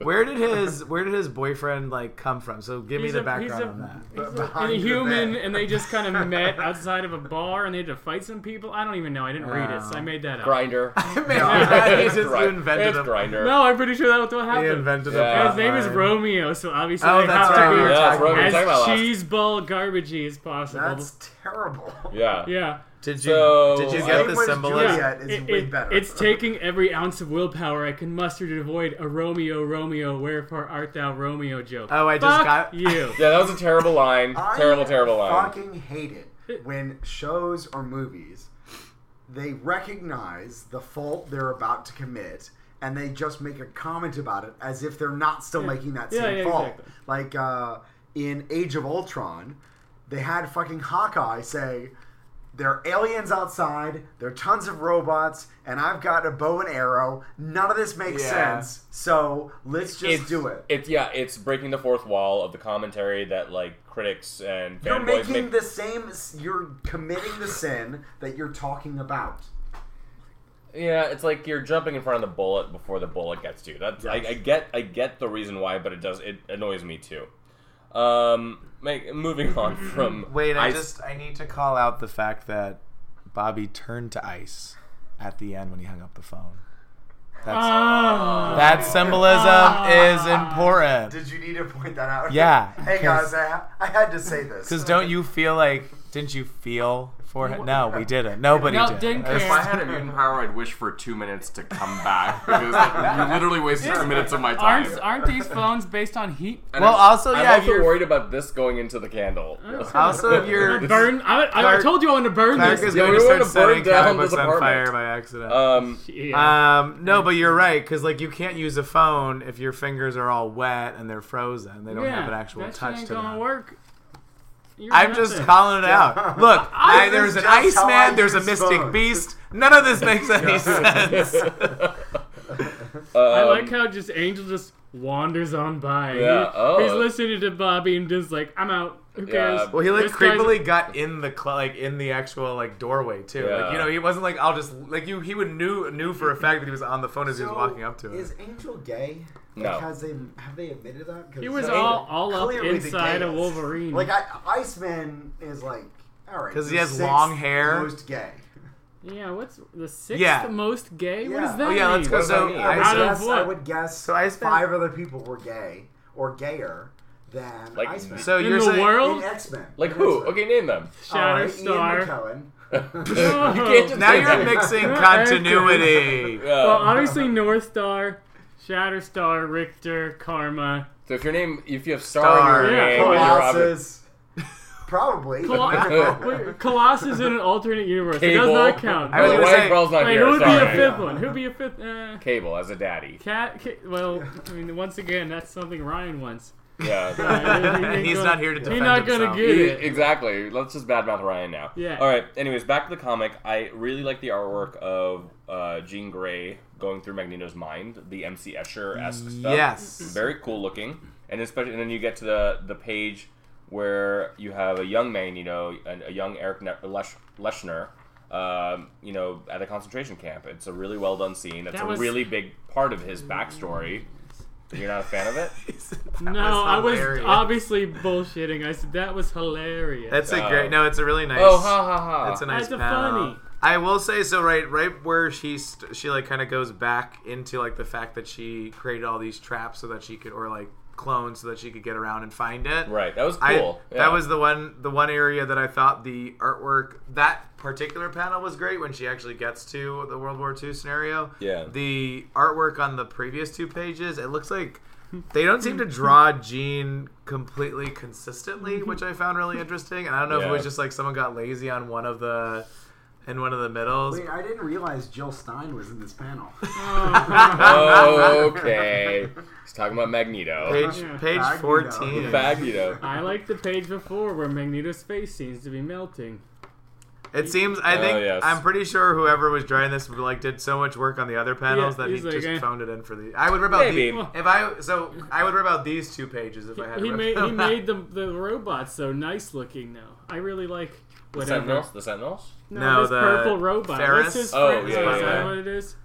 S4: Where did his Where did his boyfriend like come from? So give
S2: He's
S4: me
S2: a-
S4: the
S2: he's
S4: background
S2: a-
S4: on that.
S3: But
S2: and
S3: behind
S2: a
S3: the
S2: human,
S3: bed.
S2: and they just kind of met outside of a bar, and they had to fight some people. I don't even know. I didn't read it, so I made that up.
S1: Grinder.
S4: Man,
S1: It's
S4: he just
S1: Gri-
S4: invented
S1: it's
S4: a
S1: grinder.
S2: No, I'm pretty sure that was what
S4: He
S2: happened.
S4: invented
S1: Yeah.
S4: a
S2: And his name is
S4: hotline.
S2: Romeo, so obviously
S4: Oh,
S2: they
S4: that's
S2: have
S4: right.
S2: to
S4: we
S2: be
S4: were
S1: Yeah, it's
S4: talking
S1: Romeo.
S4: about-
S1: talking about
S2: as
S1: last-
S2: cheese ball garbagey as possible.
S3: That's terrible.
S1: Yeah.
S2: yeah.
S4: Did you
S1: So-
S4: Did you
S1: Same
S4: get the
S3: with
S4: symbolism?
S3: Juliet is
S2: It-
S3: way
S2: it-
S3: better.
S2: It's taking every ounce of willpower I can muster to avoid a Romeo, Romeo, wherefore art thou Romeo joke.
S4: Oh, I just
S2: Fuck
S4: got-
S2: you.
S1: Yeah, that was a terrible line.
S3: I
S1: terrible, terrible line.
S3: Fucking hate it when shows or movies they recognize the fault they're about to commit and they just make a comment about it as if they're not still making that
S2: Yeah,
S3: same
S2: yeah,
S3: fault.
S2: exactly.
S3: Like uh, in Age of Ultron, they had fucking Hawkeye say. There are aliens outside. There are tons of robots, and I've got a bow and arrow. None of this makes
S4: Yeah.
S3: sense. So let's just do it.
S1: It's yeah, it's breaking the fourth wall of the commentary that like critics and
S3: You're
S1: fanboys
S3: making
S1: make.
S3: the same. s- You're committing the sin that you're talking about.
S1: yeah, it's like you're jumping in front of the bullet before the bullet gets to you. That's I, I get I get the reason why, but it does it annoys me too. Um, make, moving on
S4: Mm-hmm.
S1: from
S4: Wait, I
S1: Ice-
S4: just I need to call out the fact that Bobby turned to ice at the end when he hung up the phone. That's,
S2: Ah.
S4: that symbolism is important.
S3: Did you need to point that out?
S4: Yeah,
S3: Hey guys, I, ha- I had to say this.
S4: Because don't you feel like Didn't you feel for
S2: You
S4: him?
S2: wa-
S4: No, we didn't. Nobody
S2: No,
S4: did.
S2: didn't
S4: It's-
S1: If I had a mutant power, I'd wish for two minutes to come back because like, you literally wasted two minutes of my time.
S2: Aren't, aren't these phones based on heat?
S1: And
S4: Well,
S1: I'm-
S4: also,
S1: I'm
S4: yeah, if
S1: also
S4: you're-
S1: worried about this going into the candle.
S4: Also, if you're-
S2: Burn! I, I,
S4: Clark-
S2: told you I wanted to burn
S4: Clark
S2: this.
S4: is
S1: Yeah,
S4: going
S1: we
S4: to
S1: wanna
S4: start
S1: burn
S4: setting
S1: down
S4: comic books
S1: this
S4: on
S1: apartment.
S4: fire by accident.
S2: Uh,
S1: um,
S2: Yeah.
S4: Um, no, but you're right because like you can't use a phone if your fingers are all wet and they're frozen. They don't
S2: yeah,
S4: have an actual
S2: that shit
S4: touch
S2: ain't
S4: to
S2: gonna
S4: them.
S2: work. You're
S4: I'm
S2: not
S4: just
S2: there.
S4: calling it out. Look, I,
S3: This
S4: there's
S3: is
S4: an
S3: just how I
S4: Iceman, there's a
S3: use
S4: Mystic
S3: phones.
S4: Beast. None of this makes any
S1: Um,
S4: sense.
S2: I like how just Angel just wanders on by.
S1: Yeah,
S2: He-
S1: oh.
S2: He's listening to Bobby and just like, I'm out. Who
S1: Yeah.
S2: cares?
S4: Well, he like
S2: This guy's-
S4: creepily got in the cl- like in the actual like doorway too. Like
S1: Yeah.
S4: you know, he wasn't like I'll just like you. He would knew knew for a fact that he was on the phone as he was walking up to it.
S5: Is Angel gay? Like,
S1: No.
S5: Has they have they admitted that? 'Cause
S2: He was
S5: they-
S2: all all up
S5: clearly the
S2: inside a
S5: gayest.
S2: Wolverine.
S5: like I, Iceman is like all right
S4: 'Cause he
S5: the
S4: has
S5: sixth
S4: long hair.
S5: Most gay.
S2: yeah, what's the sixth
S4: Yeah.
S2: most gay? What
S5: Yeah.
S2: does that
S4: Oh, yeah,
S2: mean?
S4: let's go.
S1: does that
S4: So
S1: mean?
S5: I,
S2: Out
S5: would
S2: of
S5: guess, I
S2: what?
S5: would guess
S4: So Iceman-
S5: five other people were gay or gayer than
S1: Like,
S5: Iceman.
S4: So
S2: In
S4: you're
S2: the
S4: saying
S2: world?
S5: in X Men.
S1: like who? Okay, name them.
S2: Shatterstar.
S5: Ian
S1: you
S5: McKellen.
S1: can't just Uh,
S4: now
S1: say
S4: you're
S1: that.
S4: mixing continuity.
S1: Yeah.
S2: well, obviously North Star, Shatterstar, Richter, Karma.
S1: so if your name, if you have star, in your
S2: Star. Yeah,
S1: name,
S2: Colossus.
S1: you're obvi-
S5: Colossus. Probably.
S2: Colo- wait, Colossus in an alternate universe. It does
S1: Cable.
S2: not count.
S4: I was
S1: Wait,
S4: gonna
S1: Wade
S4: say-
S1: Burrell's not
S2: Wait,
S1: here.
S2: who would be a
S1: sorry.
S2: fifth one? Who'd be a fifth? Uh,
S1: Cable as a daddy.
S2: cat, Ki- Well, I mean, once again, that's something Ryan wants.
S1: Yeah.
S2: and
S4: He's not here to defend
S2: He's not
S4: himself.
S2: gonna get
S1: E-
S2: it.
S1: exactly. Let's just badmouth Ryan now.
S2: Yeah.
S1: All right. Anyways, back to the comic. I really like the artwork of uh, Jean Grey going through Magneto's mind, the MC Escher esque stuff.
S4: Yes.
S1: Very cool looking, and especially, and then you get to the the page where you have a young Magneto and a young Eric ne- Lesch- Leshner. Um, you know, at a concentration camp. It's a really well done scene. That's
S2: That
S1: a
S2: was-
S1: really big part of his backstory. You're not a fan of it?
S2: No, I was
S4: hilarious.
S2: obviously bullshitting. I said that was hilarious.
S4: That's a
S1: Oh.
S4: great. No, it's a really nice.
S1: Oh, ha ha ha!
S4: It's a nice
S2: That's a
S4: panel.
S2: funny.
S4: I will say so. Right, right where she st- she like kind of goes back into like the fact that she created all these traps so that she could or like clones so that she could get around and find it.
S1: Right. That was
S4: I,
S1: cool. Yeah.
S4: That was the one the one area that I thought the artwork that particular panel was great when she actually gets to the World War II scenario.
S1: Yeah.
S4: The artwork on the previous two pages, it looks like they don't seem to draw Jean completely consistently, which I found really interesting. And I don't know if it
S1: Yeah.
S4: was just like someone got lazy on one of the in one of the middles.
S5: Wait, I didn't realize Jill Stein was in this panel.
S1: okay. He's talking about Magneto.
S4: Page
S2: Yeah.
S4: page
S5: Magneto.
S4: fourteen.
S1: Magneto.
S2: I like the page before where Magneto's face seems to be melting.
S4: It seems I
S1: Oh,
S4: think
S1: yes.
S4: I'm pretty sure whoever was drawing this like did so much work on the other panels
S2: Yeah,
S4: that he
S2: he's like,
S4: just
S2: eh.
S4: phoned it in for the. I would rip out
S1: Maybe.
S4: the, if I so I would rip out these two pages if I had.
S2: He
S4: to rip
S2: made he
S4: them out.
S2: made the the robots so nice looking now. I really like
S1: The
S2: whatever.
S1: Sentinels. The Sentinels.
S2: No,
S4: No,
S2: this
S4: the
S2: purple robot.
S4: Ferris?
S2: What's his
S1: Oh,
S2: friend-
S1: yeah,
S2: is that
S1: yeah.
S2: what it is?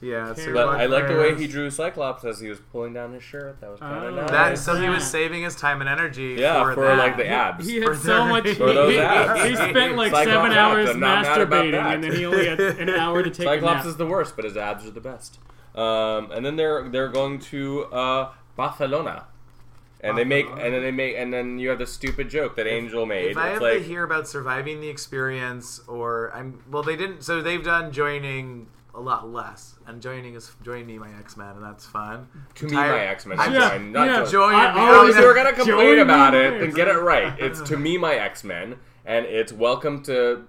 S4: Yeah, Sir
S1: But
S4: Black
S1: I like the way
S4: Bears.
S1: he drew Cyclops as he was pulling down his shirt. That was kind
S2: Oh.
S1: of nice.
S4: That so he was
S2: Yeah.
S4: saving his time and energy.
S1: yeah,
S4: for,
S1: for,
S4: that.
S1: like the abs.
S2: He
S4: For
S2: had so
S4: their-
S2: much. He,
S4: For
S1: those
S2: he-
S1: abs.
S2: he spent like
S1: Cyclops
S2: seven
S1: abs,
S2: hours
S1: I'm not mad about
S2: masturbating,
S1: that.
S2: and then he only had an hour to take
S1: Cyclops
S2: a
S1: is
S2: nap.
S1: the worst, but his abs are the best. Um, and then they're they're going to uh, Barcelona, and they make and then they make and then you have the stupid joke that Angel made.
S4: If I
S1: it's
S4: have
S1: like
S4: to hear about surviving the experience, or I'm well, they didn't. So they've done joining a lot less, and joining is join me, my X Men, and that's fun.
S1: to me, my X Men.
S4: Yeah,
S1: not
S2: yeah.
S1: to-
S4: Join
S2: I
S4: me.
S1: Oh,
S2: always-
S1: if you were gonna
S2: Join
S1: complain
S2: me,
S1: about
S2: my
S1: it, then
S2: X-Men.
S1: get it right. It's to me my X Men, and it's welcome to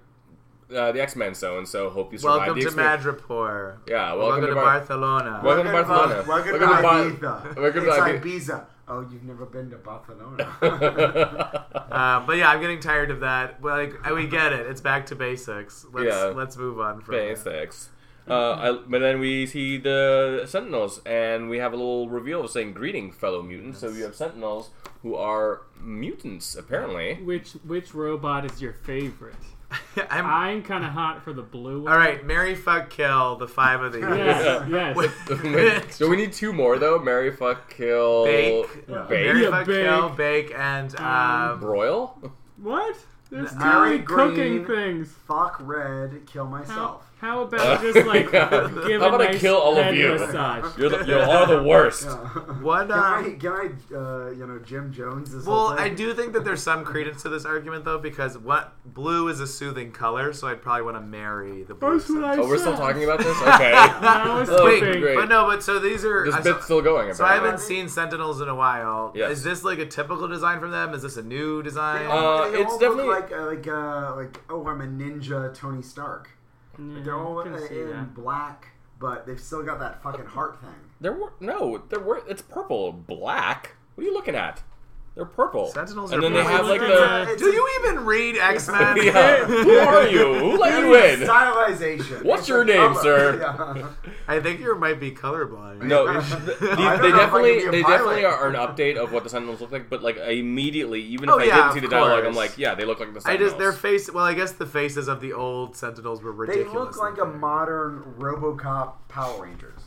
S1: uh, the X Men. So and so, hope you survive
S4: Welcome
S1: the
S4: to
S1: experience.
S4: Madripoor.
S1: Yeah,
S4: Welcome,
S1: welcome,
S4: to
S1: Bar-
S4: Barcelona.
S1: Welcome to Barcelona.
S5: Welcome to
S1: Welcome to
S5: Ibiza.
S1: Welcome to Ibi-
S5: it's Ibiza. Oh, you've never been to Barcelona.
S4: Uh, but yeah, I'm getting tired of that. Well, like I- we get it. It's back to basics. Let's
S1: Yeah.
S4: let's move on from it.
S1: Basics.
S4: Mm-hmm.
S1: Uh, I, but then we see the Sentinels, and we have a little reveal saying "Greeting, fellow mutants." So you have Sentinels who are mutants, apparently.
S2: Which which robot is your favorite?
S4: I'm,
S2: I'm kind of hot for the blue one.
S4: all right. Mary, fuck, kill the five of these.
S2: Yes, yes.
S1: so we need two more though: Mary, fuck, kill,
S4: Bake.
S1: bake,
S4: Mary,
S2: Yeah,
S4: fuck,
S2: bake.
S4: kill, bake, and um,
S1: broil.
S2: What? There's too
S5: Alright,
S2: many cooking
S5: green.
S2: things.
S5: Fuck red, kill myself.
S2: How about just like give
S1: How about
S2: a
S1: I
S2: nice
S1: kill all of
S2: head
S1: you?
S2: massage?
S1: You're the, you are the worst.
S4: What?
S5: Can I,
S4: Um,
S5: can I, uh, you know, Jim Jones? This
S4: well,
S5: whole thing?
S4: I do think that there's some credence to this argument though, because what blue is a soothing color, so I'd probably want to marry the blue.
S2: That's what
S4: side.
S2: I
S1: Oh, we're still
S2: said.
S1: talking about this. Okay,
S2: I was
S1: Oh,
S4: Wait,
S2: hoping-
S1: great.
S4: but no, but so these are.
S1: this
S4: I-
S1: bit's
S4: so,
S1: still going.
S4: so I
S1: Apparently.
S4: haven't seen Sentinels in a while.
S1: Yes.
S4: Is this like a typical design from them? Is this a new design?
S1: Uh,
S5: They all
S1: it's
S5: look
S1: definitely-
S5: like uh, like uh, like oh, I'm a ninja, Tony Stark.
S2: Yeah,
S5: They're all
S2: I
S5: in
S2: can see that.
S5: black, but they've still got that fucking heart thing.
S1: There were no. There were. It's purple, black. What are you looking at? They're purple.
S4: Sentinels
S1: and
S4: are
S1: then they
S4: blue.
S1: have like
S2: Look
S1: the.
S5: at
S4: Do you even read X Men?
S1: Yeah. Who are you? Who let you in?
S5: Stylization.
S1: What's
S5: It's
S1: your
S5: a
S1: name,
S5: color.
S1: sir?
S5: Yeah.
S4: I think you might be colorblind.
S1: No,
S5: I
S1: it's-
S5: don't
S1: they,
S5: know if I
S1: they
S5: can
S1: definitely
S5: be a
S1: they
S5: pilot.
S1: definitely are an update of what the Sentinels look like, but like immediately, even if
S4: Oh,
S1: I
S4: yeah,
S1: didn't see
S4: of
S1: the dialogue, I'm
S4: course.
S1: like, yeah, they look like the
S4: I
S1: Sentinels.
S4: just their face. Well, I guess the faces of the old Sentinels were
S5: They look
S4: ridiculous.
S5: like a
S4: looking.
S5: modern RoboCop Power Rangers.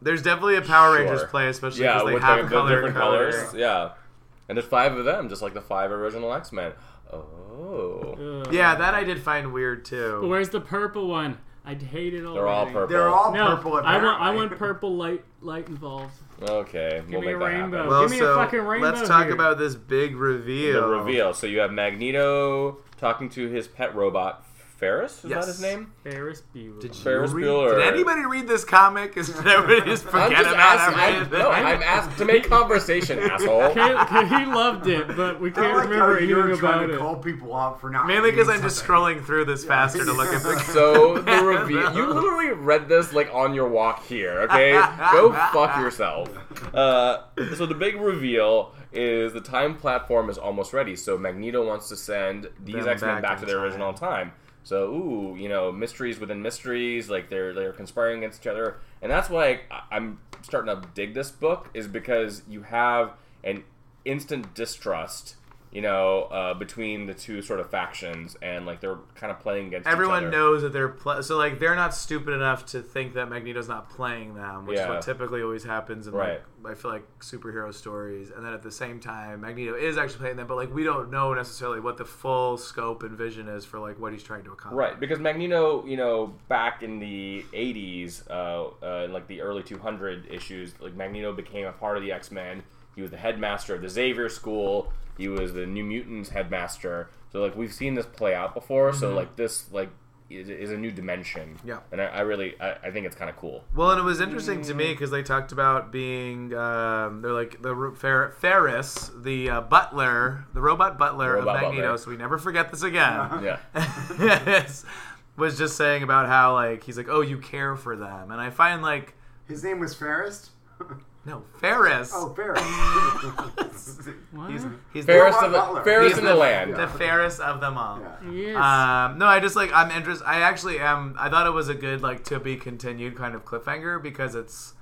S4: There's definitely a Power
S1: Sure.
S4: Rangers play, especially
S1: yeah,
S4: because they
S1: with
S4: have
S1: the, the
S4: color
S1: different
S4: coding.
S1: colors, yeah, and there's five of them, just like the five original X Men. Oh,
S2: Ugh.
S4: Yeah, that I did find weird too.
S2: Where's the purple one? I'd hate it all.
S1: they're all purple.
S5: They're all
S2: No,
S5: purple.
S2: I want I
S5: apparently.
S2: want purple light light involved.
S1: Okay, we'll
S2: me
S1: make
S2: a
S1: that
S2: rainbow.
S1: happen.
S4: well,
S2: Give me a
S4: so
S2: fucking rainbow
S4: let's talk
S2: here.
S4: about this big reveal.
S1: the reveal. So you have Magneto talking to his pet robot Ferris. Is
S4: Yes.
S1: that his name?
S2: Ferris Bueller.
S4: Did you
S1: Ferris
S4: read,
S1: Bueller.
S4: Did anybody read this comic? Is did everybody just forget
S1: I'm just
S4: about
S1: asking.
S4: everything?
S1: I, no, I'm asked to make conversation, asshole.
S2: Kay- Kay- he loved it, but we
S5: I
S2: can't
S5: like how
S2: remember
S5: you were
S2: anything
S5: trying
S2: about
S5: to
S2: it.
S5: call people out for not
S4: Mainly because
S5: reading
S4: I'm just
S5: something.
S4: scrolling through this faster to look at the.
S1: So the reveal. You literally read this like on your walk here, okay? Go fuck yourself. Uh, so the big reveal is the time platform is almost ready. So Magneto wants to send these
S4: Them
S1: X Men
S4: back
S1: back to
S4: in
S1: their
S4: time.
S1: original time. So ooh, you know, mysteries within mysteries, like they're they're conspiring against each other, and that's why I, I'm starting to dig this book is because you have an instant distrust. You know, uh, between the two sort of factions, and like they're kind of playing against each other.
S4: Everyone knows that they're pl- so like they're not stupid enough to think that Magneto's not playing them, which is
S1: Yeah.
S4: what typically always happens in
S1: Right.
S4: like I feel like superhero stories. And then at the same time, Magneto is actually playing them, but like we don't know necessarily what the full scope and vision is for like what he's trying to accomplish.
S1: Right, because Magneto, you know, back in the '80s, uh, uh, in like the early 200 issues, like Magneto became a part of the X Men. He was the headmaster of the Xavier School. He was the New Mutants headmaster. So like we've seen this play out before. So like this like is, is a new dimension.
S4: Yeah.
S1: and I, I really I, I think it's kind of cool.
S4: Well, and it was interesting to me because they talked about being um, they're like the ro- Fer- Ferris, the uh, butler, the robot butler
S1: Robot
S4: of Magneto.
S1: butler.
S4: So we never forget this again.
S1: Yeah,
S4: Yes. was just saying about how like he's like, oh, you care for them, and I find like
S5: His name was Ferris.
S4: no Ferris.
S5: Oh, Ferris.
S2: What?
S4: He's, he's
S1: Ferris
S5: Robot
S1: of the
S5: Butler.
S1: Ferris
S4: He's
S1: in the land.
S4: the Ferris of them all.
S5: Yeah.
S2: Yes.
S1: Uh,
S4: Um, no, I just like I'm interested. I actually am. I thought it was a good like to be continued kind of cliffhanger because it's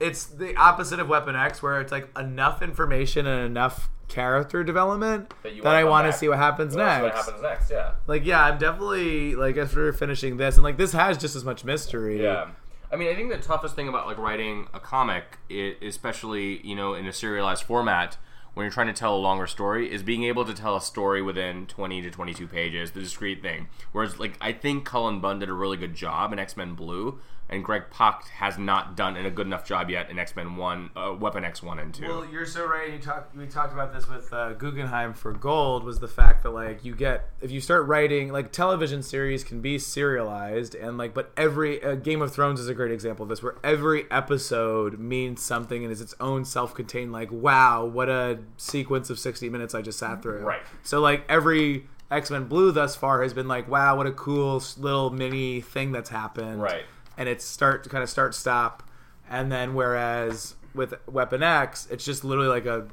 S4: it's the opposite of Weapon X, where it's like enough information and enough character development
S1: That you
S4: that,
S1: wanna
S4: I
S1: come
S4: want to
S1: back.
S4: see what happens
S1: Well, that's
S4: next.
S1: What happens next? Yeah.
S4: Like, yeah, I'm definitely like after finishing this, and like this has just as much mystery.
S1: Yeah. I mean, I think the toughest thing about like writing a comic, i especially you know in a serialized format, when you're trying to tell a longer story, is being able to tell a story within 20 to 22 pages, the discrete thing. Whereas, like, I think Cullen Bunn did a really good job in X Men Blue, and Greg Pak has not done a good enough job yet in X Men One, uh, Weapon X One and Two.
S4: Well, you're so right. You talked. We talked about this with uh, Guggenheim for Gold. Was the fact that like you get if you start writing like television series can be serialized and like but every uh, Game of Thrones is a great example of this where every episode means something and is its own self-contained like wow what a sequence of 60 minutes I just sat through.
S1: Right.
S4: So like every X Men Blue thus far has been like wow what a cool s- little mini thing that's happened
S1: Right.
S4: and it's start kind of start stop and then whereas with weapon x it's just literally like a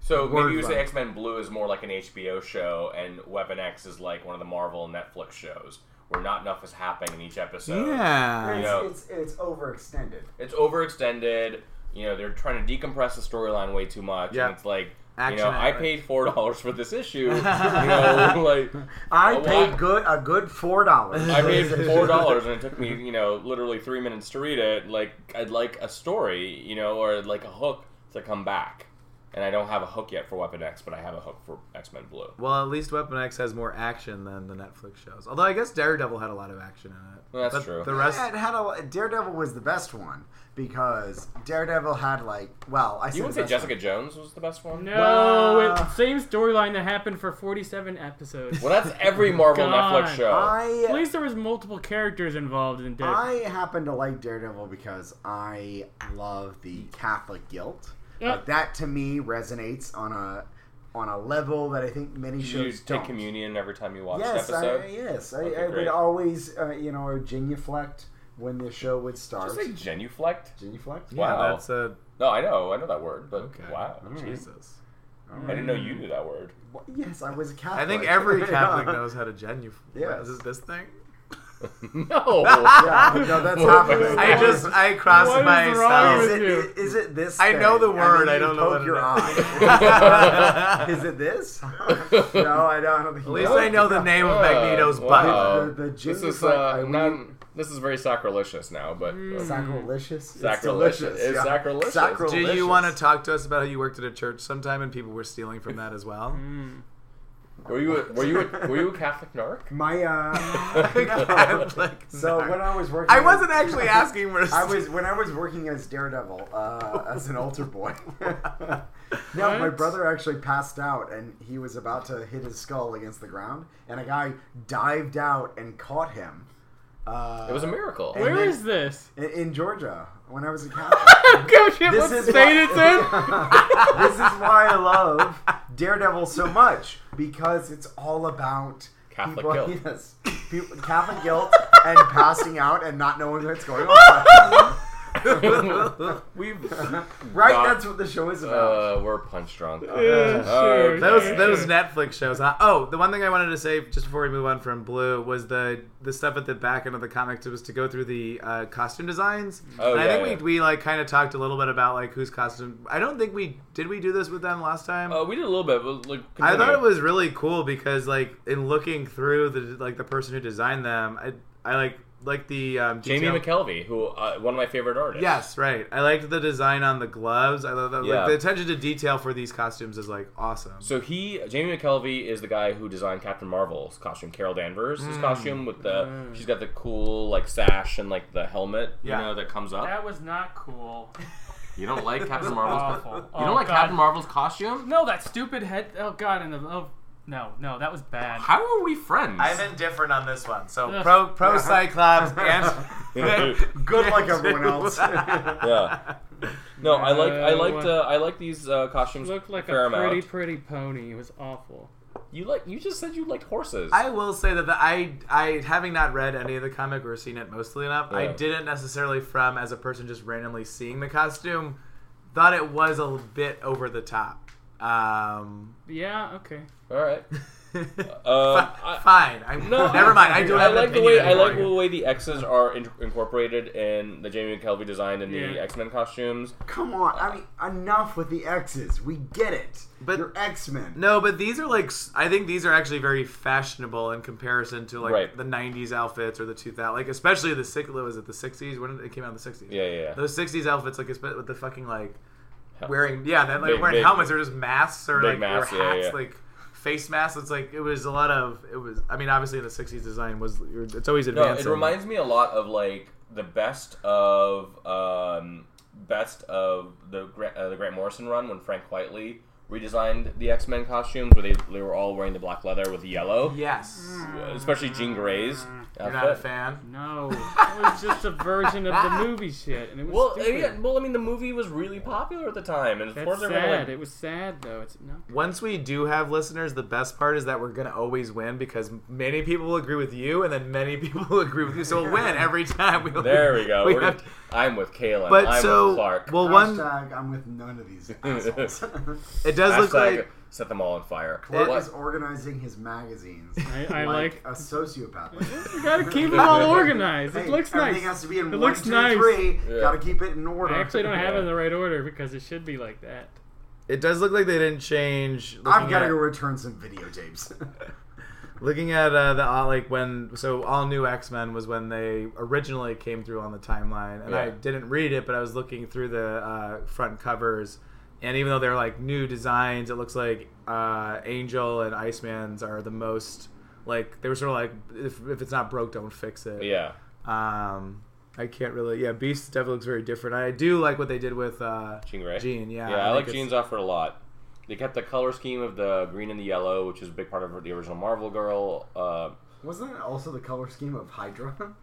S1: so
S4: word
S1: maybe you say
S4: run.
S1: X Men Blue is more like an HBO show, and Weapon X is like one of the Marvel Netflix shows where not enough is happening in each episode.
S4: yeah
S1: Yeah.
S5: It's, it's, it's overextended.
S1: it's overextended. You know, they're trying to decompress the storyline way too much.
S4: Yeah.
S1: And it's like,
S4: Action
S1: you know, I
S4: hour.
S1: paid four dollars for this issue. you know, like
S5: I
S1: a
S5: paid
S1: lot-
S5: good a good four dollars.
S1: I paid four dollars and it took me, you know, literally three minutes to read it. Like, I'd like a story, you know, or like a hook to come back. and I don't have a hook yet for Weapon X, but I have a hook for X Men Blue.
S4: Well, at least Weapon X has more action than the Netflix shows. Although I guess Daredevil had a lot of action in it.
S1: Well, that's
S4: But
S1: true.
S4: The rest,
S3: It had a, Daredevil was the best one because Daredevil had like well, I
S1: You
S3: said
S1: wouldn't
S3: the
S1: say
S3: best
S1: Jessica Jones was the best one?
S2: No,
S4: Well-
S2: it, same storyline that happened for 47 episodes.
S1: Well, that's every Marvel
S2: Oh, God.
S1: Netflix show.
S3: one.
S2: At
S3: I
S2: least there was multiple characters involved in Dead.
S3: I happen to like Daredevil because I love the Catholic guilt.
S2: Yeah.
S3: Like that to me resonates on a on a level that I think many
S1: Did you
S3: shows
S1: take
S3: don't.
S1: communion every time you watched
S3: Yes,
S1: an episode?
S3: I, yes, I,
S1: Okay,
S3: I would
S1: great.
S3: always uh, you know genuflect when the show would
S1: Did
S3: start.
S1: you say genuflect?
S3: genuflect?
S4: yeah,
S1: Wow.
S4: that's a
S1: No, I know, I know that word, but
S4: okay.
S1: wow,
S4: Jesus.
S1: I didn't know you knew that word.
S3: Well, Yes, I was a Catholic.
S4: I think every Catholic
S3: Yeah.
S4: knows how to genuflect.
S3: Yeah.
S4: Is it this thing?
S1: no,
S3: Yeah, no, that's
S1: Well,
S3: halfway.
S1: I
S4: I
S3: What
S4: just
S3: is-
S4: I crossed
S2: What is
S4: my
S2: wrong
S4: sound.
S2: with
S3: is it,
S2: you.
S3: is it this?
S4: Oh. I know the
S3: thing?
S4: word,
S3: mean,
S4: I
S3: you
S4: don't know
S3: poke
S4: what
S3: your
S4: it
S3: eye.
S4: is.
S3: is it this? no, I don't. I don't think
S4: At least I know the name of
S1: Uh,
S4: Magneto's
S1: wow.
S4: butt.
S3: The, the, the
S1: this is
S3: genuflect-
S1: uh,
S3: I mean, Mm.
S1: not. This is very sacrilegious now, but uh,
S3: Sacrilegious. It's
S1: Sacrilegious.
S3: delicious,
S1: It's
S3: yeah.
S1: sacrilegious.
S4: Do
S3: Sacrilegious.
S4: you want to talk to us about how you worked at a church sometime and people were stealing from that as well?
S2: Hmm.
S1: were you a, were you a, were you a Catholic narc?
S3: my? Uh,
S4: Catholic
S3: so
S4: narc.
S3: when I was working,
S4: I wasn't actually asking for.
S3: I was when I was working as Daredevil uh, as an altar boy. no, my
S2: What?
S3: brother actually passed out and he was about to hit his skull against the ground, and a guy dived out and caught him. Uh,
S1: It was a miracle.
S3: and
S2: Where
S3: then-
S2: is this?
S3: in, in Georgia when I was a Catholic.
S2: Go shit,
S3: this
S2: what
S3: is
S2: state
S3: why-
S2: it's in?
S3: this is why I love Daredevil so much because it's all about
S1: Catholic
S3: people,
S1: guilt.
S3: Yes, people, Catholic guilt and passing out and not knowing what's going on.
S1: We've
S3: right,
S1: Not-
S3: that's what the show is about.
S1: uh, we're punch drunk.
S2: Yeah, sure.
S4: Those
S2: Yeah.
S4: those Netflix shows. Huh? Oh, the one thing I wanted to say just before we move on from Blue was the the stuff at the back end of the comics was to go through the uh, costume designs.
S1: Oh,
S4: and I
S1: yeah,
S4: think
S1: yeah.
S4: we, we like kind of talked a little bit about like whose costume. I don't think we did we do this with them last time.
S1: Uh, we did a little bit, but like
S4: I thought
S1: continue.
S4: it was really cool because like in looking through the like the person who designed them, I I like like the um,
S1: Jamie
S4: detail-
S1: McKelvey, who uh, one of my favorite artists.
S4: Yes, right. I liked the design on the gloves. I love that.
S1: Yeah.
S4: Like, the attention to detail for these costumes is like awesome.
S1: So he, Jamie McKelvey, is the guy who designed Captain Marvel's costume. Carol Danvers' costume with the she's got the cool like sash and like the helmet,
S4: Yeah.
S1: you know, that comes up.
S2: That was not cool.
S1: You don't like Captain Marvel's.
S2: Awful. Oh,
S1: You don't like Captain Marvel's costume?
S2: No, that stupid head. Oh god, and the oh no, no, that was bad.
S1: How are we friends?
S4: indifferent on this one. So
S2: Ugh.
S4: pro pro Cyclops and
S3: Good luck, everyone else.
S1: yeah. No, I like I
S2: No.
S1: liked uh, I like these uh, costumes.
S2: Looked like
S1: fair
S2: a pretty,
S1: amount.
S2: pretty pony. It was awful.
S1: You like you just said you liked horses.
S4: I will say that the, I I having not read any of the comic or seen it mostly enough, I
S1: Yeah.
S4: didn't necessarily from as a person just randomly seeing the costume, thought it was a bit over the top. Um,
S2: Yeah, okay.
S1: All right.
S4: fi-
S1: Um, I-
S4: fine. I,
S1: No,
S4: never mind. I don't
S1: I
S4: have an
S1: like the
S4: opinion
S1: way I
S4: anymore.
S1: like the way the X's are in- incorporated in the Jamie McKelvey design and the
S2: Yeah.
S1: X Men costumes.
S3: Come on, I mean, enough with the X's. We get it.
S4: But-
S3: You're X Men.
S4: No, but these are like s- I think these are actually very fashionable in comparison to like
S1: Right.
S4: the '90s outfits or the 2000 like especially the six was it the '60s when did- it came out in the '60s.
S1: Yeah, yeah, yeah.
S4: Those '60s outfits like espe- with the fucking like wearing yeah that like
S1: Big-
S4: wearing
S1: big-
S4: helmets or just masks or
S1: big
S4: like
S1: masks,
S4: or
S1: yeah,
S4: hats
S1: yeah.
S4: like face masks. It's like it was a lot of it was I mean obviously in the '60s design was it's always
S1: No,
S4: advanced.
S1: it reminds me a lot of like the best of um, best of the Grant, uh, the Grant Morrison run when Frank Whiteley redesigned the X Men costumes, where they, they were all wearing the black leather with the yellow,
S4: Yes,
S1: Mm. especially Jean Grey's.
S4: you're not a
S1: outfit.
S4: fan.
S2: No, it was just a version of the movie shit, and it was
S1: Well,
S2: stupid.
S1: yeah, well, I mean, the movie was really popular at the time, and of
S2: That's
S1: course they're
S2: sad.
S1: gonna like
S2: It was sad though. It's no.
S4: Once we do have listeners, the best part is that we're gonna always win because many people will agree with you, and then many people will agree with you. So we'll win every time. We'll,
S1: There we go.
S4: we
S1: We're-
S4: have to-
S1: I'm with Kalen.
S4: but
S1: I'm
S4: so
S1: with Clark.
S4: well, one
S3: Hashtag, I'm with none of these assholes.
S4: it does look
S1: Hashtag
S4: like
S1: set them all on fire.
S3: Clark
S1: What?
S3: is organizing his magazines.
S2: I, I
S3: like
S2: like.
S3: a sociopath.
S2: You gotta keep them all organized. It
S3: Hey,
S2: looks
S3: everything
S2: nice.
S3: has to be in
S2: It
S3: one,
S2: looks
S3: two,
S2: nice.
S3: three.
S1: Yeah.
S3: Gotta keep it in order.
S2: I actually don't have it
S1: Yeah.
S2: in the right order because it should be like that.
S4: it does look like they didn't change.
S3: I've
S4: looking
S3: got to
S4: at-
S3: go return some videotapes.
S4: Looking at uh, the all like when so all new X Men was when they originally came through on the timeline, and I
S1: Yeah.
S4: didn't read it, but I was looking through the uh, front covers. And even though they're like new designs, it looks like uh, Angel and Iceman's are the most like they were sort of like if, if it's not broke, don't fix it.
S1: Yeah.
S4: Um, I can't really. Yeah, Beast definitely looks very different. I do like what they did with uh,
S1: Jean Grey.
S4: Jean, yeah.
S1: Yeah, I like
S4: think
S1: Jean's
S4: it's-
S1: offer a lot. They kept the color scheme of the green and the yellow, which is a big part of the original Marvel Girl. Uh,
S5: Wasn't that also the color scheme of Hydra?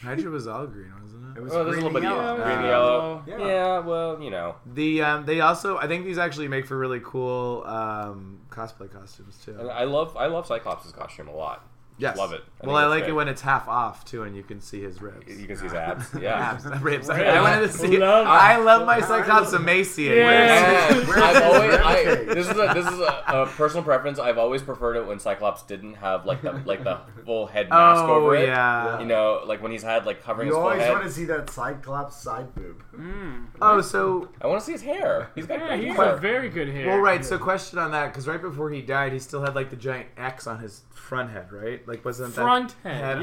S4: Hydra was all green, wasn't
S5: It
S4: it?
S5: was
S1: oh, there's a
S5: green
S1: little bit
S5: and
S1: of
S5: yellow.
S1: green and
S4: Uh,
S1: yellow.
S5: yeah.
S1: Yeah. well, you know.
S4: The um, they also I think these actually make for really cool um, cosplay costumes too.
S1: And I love I love Cyclops' costume a lot.
S4: Yes.
S1: Love it. I think
S4: well, I
S1: it's
S4: like
S1: great.
S4: it when it's half off too, and you can see his ribs.
S1: You can see his abs. Yeah.
S4: Abs, not ribs. I-
S1: Ribs.
S4: I wanted to see.
S2: Love
S4: I love my Cyclops emaciated.
S2: Yeah.
S4: ribs.
S1: And I've always, I,
S3: Rampage?
S1: this is a this is a, a personal preference. I've always preferred it when Cyclops didn't have like the like the full head mask
S4: Oh,
S1: over it.
S4: yeah.
S1: You know, like when he's had like covering
S3: You
S1: his full
S3: always
S1: head.
S3: want to see that Cyclops side boob.
S2: Mm.
S4: Oh, so
S1: I want to see his hair. He's got
S2: Yeah,
S1: great
S2: he's
S1: hair.
S2: got very good hair.
S4: well, right. So question on that because right before he died, he still had like the giant X on his front head, right? Like wasn't that
S2: Front head.
S4: I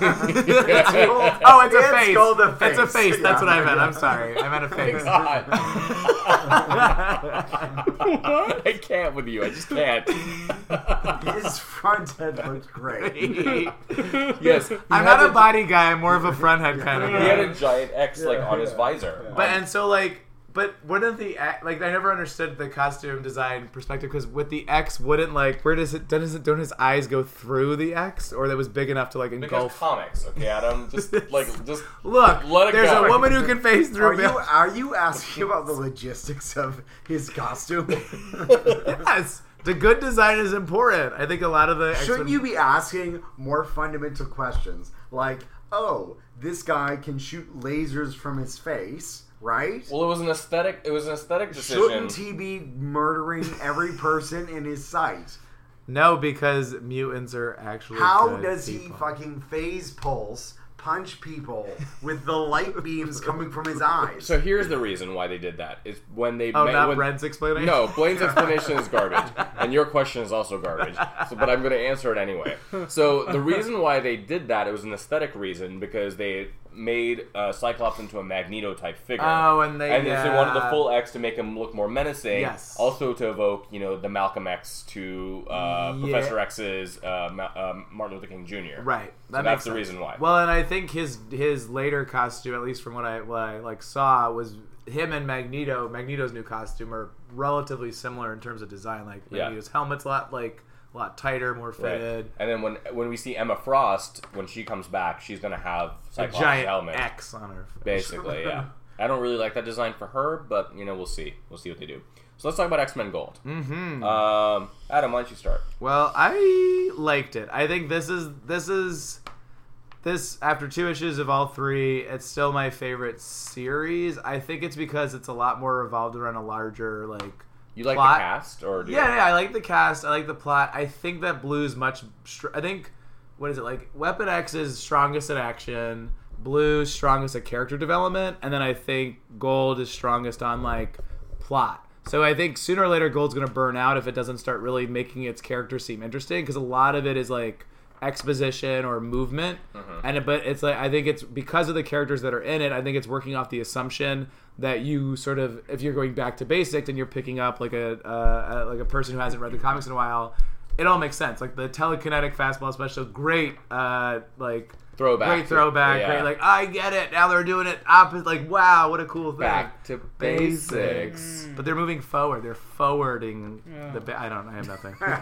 S4: don't know. It's called- oh, it's a
S3: It's
S4: face.
S3: called a
S4: It's a
S3: face.
S4: face. That's
S3: Yeah.
S4: what I meant. I'm sorry. I meant a face.
S1: God. I can't with you. I just can't.
S3: His front head looked great.
S1: yes.
S4: I'm
S1: had
S4: not
S1: a-
S4: a body guy. I'm more of a front head kind of
S1: He
S4: guy.
S1: had a giant X like on his
S3: yeah.
S1: visor.
S3: Yeah.
S4: But and so like, but one of the a- like I never understood the costume design perspective because with the X wouldn't like where does it doesn't don't his eyes go through the X or that was big enough to like
S1: because
S4: engulf?
S1: comics, okay, Adam. Just like just
S4: Look,
S1: Let it
S4: there's
S1: go.
S4: a woman who can face through.
S3: Are you
S4: buildings.
S3: are you asking about the logistics of his costume?
S4: yes, the good design is important. I think a lot of the
S3: Shouldn't you be asking more fundamental questions like, "Oh, this guy can shoot lasers from his face, right?"
S1: well, it was an aesthetic. It was an aesthetic decision.
S3: Shouldn't he be murdering every person in his sight?
S4: No, because mutants are actually.
S3: How
S4: good
S3: does he
S4: people.
S3: fucking phase pulse punch people with the light beams coming from his eyes?
S1: So here's the reason why they did that. It's when they
S4: Oh,
S1: met-
S4: not
S1: when-
S4: Brent's explaining.
S1: No, Blaine's explanation is garbage, and your question is also garbage. So, but I'm going to answer it anyway. So the reason why they did that it was an aesthetic reason because they made uh, Cyclops into a Magneto type figure.
S4: Oh, and they- uh,
S1: and they wanted the
S4: yeah.
S1: full X to make him look more menacing.
S4: Yes.
S1: Also to evoke you know the Malcolm X to uh,
S4: Yeah.
S1: Professor X's uh, Ma- uh, Martin Luther King Jr.
S4: Right.
S1: So
S4: That makes
S1: that's the
S4: sense.
S1: reason why.
S4: Well, and I think his his later costume, at least from what I what I like saw, was him and Magneto. Magneto's new costume are relatively similar in terms of design. Like
S1: Yeah.
S4: Magneto's helmet's a lot like a lot tighter, more
S1: Right.
S4: fitted.
S1: And then when when we see Emma Frost when she comes back, she's gonna have
S4: A
S1: Cyclops
S4: giant
S1: helmet.
S4: X on her face.
S1: Basically, yeah. I don't really like that design for her, but you know, we'll see. We'll see what they do. So let's talk about X Men Gold. Mm-hmm. Um, Adam, why don't you start?
S4: Well, I liked it. I think this is this is this after two issues of all three, it's still my favorite series. I think it's because it's a lot more revolved around a larger like
S1: You like
S4: Plot.
S1: the cast, or do
S4: Yeah,
S1: You...
S4: yeah, I like the cast. I like the plot. I think that Blue's much. Str- I think what is it like? Weapon X is strongest at action. Blue's strongest at character development, and then I think Gold is strongest on like plot. So I think sooner or later Gold's gonna burn out if it doesn't start really making its character seem interesting because a lot of it is like exposition or movement
S1: Mm-hmm.
S4: and it, but it's like i think it's because of the characters that are in it i think it's working off the assumption that you sort of if you're going back to basics and you're picking up like a, uh, a like a person who hasn't read the comics in a while it all makes sense like the telekinetic fastball special great uh like
S1: Throwback
S4: great
S1: to-
S4: throwback
S1: yeah.
S4: great like i get it now they're doing it opposite like wow what a cool thing
S1: Back to basics.
S4: but they're moving forward they're forwarding
S2: Yeah.
S4: the ba- i don't i have nothing
S2: I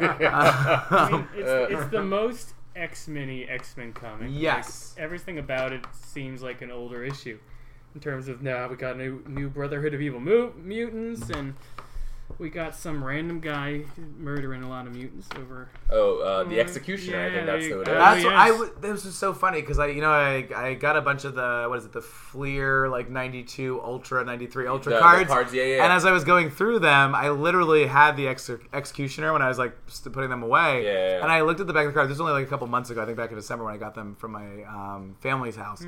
S2: mean,
S4: Um,
S2: it's, it's the most X mini X Men comic.
S4: Yes.
S2: Like, everything about it seems like an older issue, in terms of now we got new new Brotherhood of Evil mu- mutants, and we got some random guy murdering a lot of mutants over.
S1: Oh, uh, the Executioner. I
S2: Yeah,
S1: think that's
S2: there
S1: who
S2: you
S1: it
S2: go.
S1: is.
S2: That's- Oh,
S4: That's what I
S2: yes.
S4: w- This was so funny because I, you know, I, I got a bunch of the what is it, the Fleer like '92 Ultra, '93 Ultra
S1: The- the
S4: cards.
S1: cards, yeah, yeah, yeah.
S4: And as I was going through them, I literally had the ex- Executioner when I was like st- putting them away.
S1: Yeah, yeah, yeah.
S4: And I looked at the back of the cards. This was only like a couple months ago. I think back in December when I got them from my um, family's house.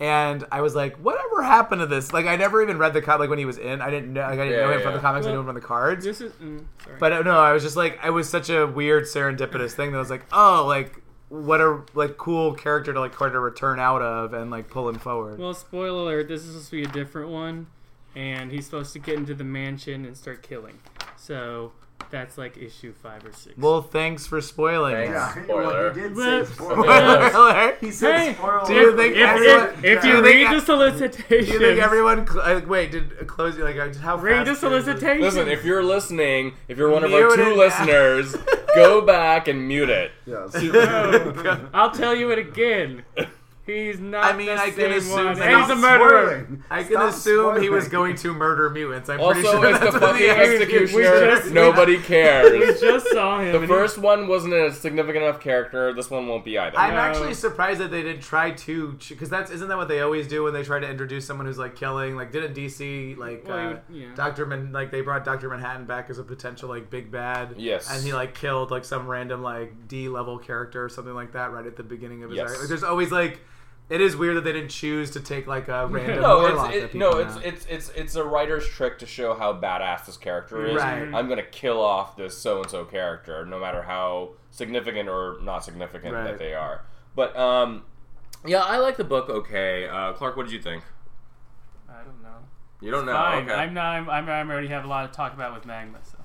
S4: And I was like, whatever happened to this? Like I never even read the card. Like when he was in, I didn't know. Like, I didn't
S1: Yeah,
S4: know
S1: yeah,
S4: him from
S1: yeah.
S4: the comics. I knew
S2: Well,
S4: him from the cards.
S2: This is mm, sorry.
S4: But uh, no, I was just like, it was such a weird serendipitous thing that I was like, oh, like what a like cool character to like try to return out of and like pull him forward.
S2: well, spoiler alert. This is supposed to be a different one, and he's supposed to get into the mansion and start killing. So that's like issue five or six.
S4: Well, thanks for spoiling.
S1: Thanks.
S4: it.
S3: Yeah, well, he did say
S2: Whoops.
S3: spoiler.
S4: Spoiler.
S3: he said
S2: hey,
S3: spoiler.
S4: do you
S2: if-
S4: think
S2: if,
S4: everyone-
S2: if- if
S4: do
S2: you
S4: you think
S2: read
S4: I-
S2: the solicitation,
S4: Do you think everyone? Cl- uh, wait, did uh, close you like uh, how
S2: read the
S4: fast did-
S2: solicitation.
S1: Listen, if you're listening, if you're one of
S4: Mute
S1: our
S4: it
S1: two
S4: now.
S1: listeners, go back and mute it.
S3: Yes.
S2: I'll tell you it again. He's not.
S4: I mean,
S2: the
S4: I can
S2: same
S4: assume
S2: one.
S4: that-
S2: And he's a
S4: Stop
S2: murderer.
S3: Spoiling.
S4: I can
S3: Stop
S4: assume he was
S3: spoiling.
S4: going to murder mutants. I'm pretty
S1: Also,
S4: sure
S1: it's
S4: that's
S1: the
S4: what
S1: fucking
S4: the
S1: executioner.
S2: just-
S1: Nobody
S2: We
S1: cares.
S2: just saw him.
S1: The
S2: and
S1: first one wasn't a significant enough character. This one won't be either.
S4: I'm
S2: No.
S4: actually surprised that they did try to, because that's isn't that what they always do when they try to introduce someone who's like killing? Like, didn't DC like
S2: Well,
S4: uh,
S2: you- yeah.
S4: Doctor Man like they brought Doctor Manhattan back as a potential like big bad?
S1: Yes.
S4: and he like killed like some random like D level character or something like that right at the beginning of his.
S1: Yes.
S4: arc. Like, there's always like, it is weird that they didn't choose to take like a random
S1: no,
S4: warlock.
S1: it's, it,
S4: that
S1: no,
S4: people
S1: it's
S4: know.
S1: it's it's it's a writer's trick to show how badass this character is.
S4: Right.
S1: I'm gonna kill off this so and so character, no matter how significant or not significant
S4: Right.
S1: that they are. But um, yeah, I like the book. Okay, uh, Clark, what did you think?
S2: I don't know.
S1: You don't know.
S2: Fine.
S1: Oh, okay.
S2: I'm not. I'm, I'm. I already have a lot to talk about with magma. So.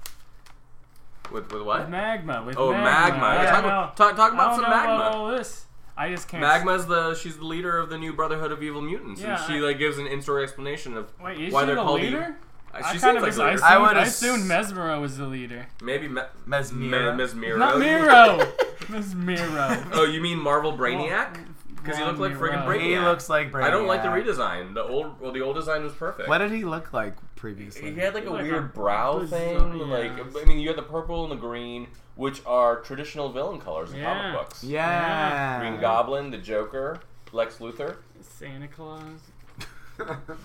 S1: With with what?
S2: With magma. With
S1: Oh, magma.
S2: magma. I
S1: Talk,
S2: don't know.
S1: about- talk, talk
S2: I
S1: about
S2: don't
S1: some
S2: know about
S1: magma.
S2: all this. I just can't.
S1: Magma's the she's the leader of the new Brotherhood of Evil Mutants,
S2: Yeah,
S1: and she
S2: I-
S1: like gives an in-story explanation of
S2: Wait, is
S1: why
S2: she
S1: they're
S2: the
S1: called.
S2: leader?
S1: Evil. Uh,
S2: I
S1: she
S2: kind
S1: seems
S2: of
S1: like the
S2: I
S1: leader.
S2: assumed,
S4: I would
S2: I
S4: ass-
S2: assumed Mesmero was the leader.
S1: maybe Me-
S4: Mesmero?
S1: Me- Ms. Miro.
S2: Not Miro. Mesmero.
S1: Oh, you mean Marvel Brainiac? Because he looked like friggin'
S2: Miro.
S1: Brainiac.
S4: He looks like Brainiac.
S1: I don't like the redesign. The old well, the old design was perfect.
S4: What did he look like
S1: he
S4: previously?
S1: had like a
S2: Like
S1: weird
S2: a
S1: brow
S2: bizarre-
S1: thing.
S2: yeah.
S1: Like I mean, you had the purple and the green, which are traditional villain colors in
S2: Yeah.
S1: comic books.
S4: Yeah.
S1: Green Goblin, the Joker, Lex Luthor.
S2: Santa Claus.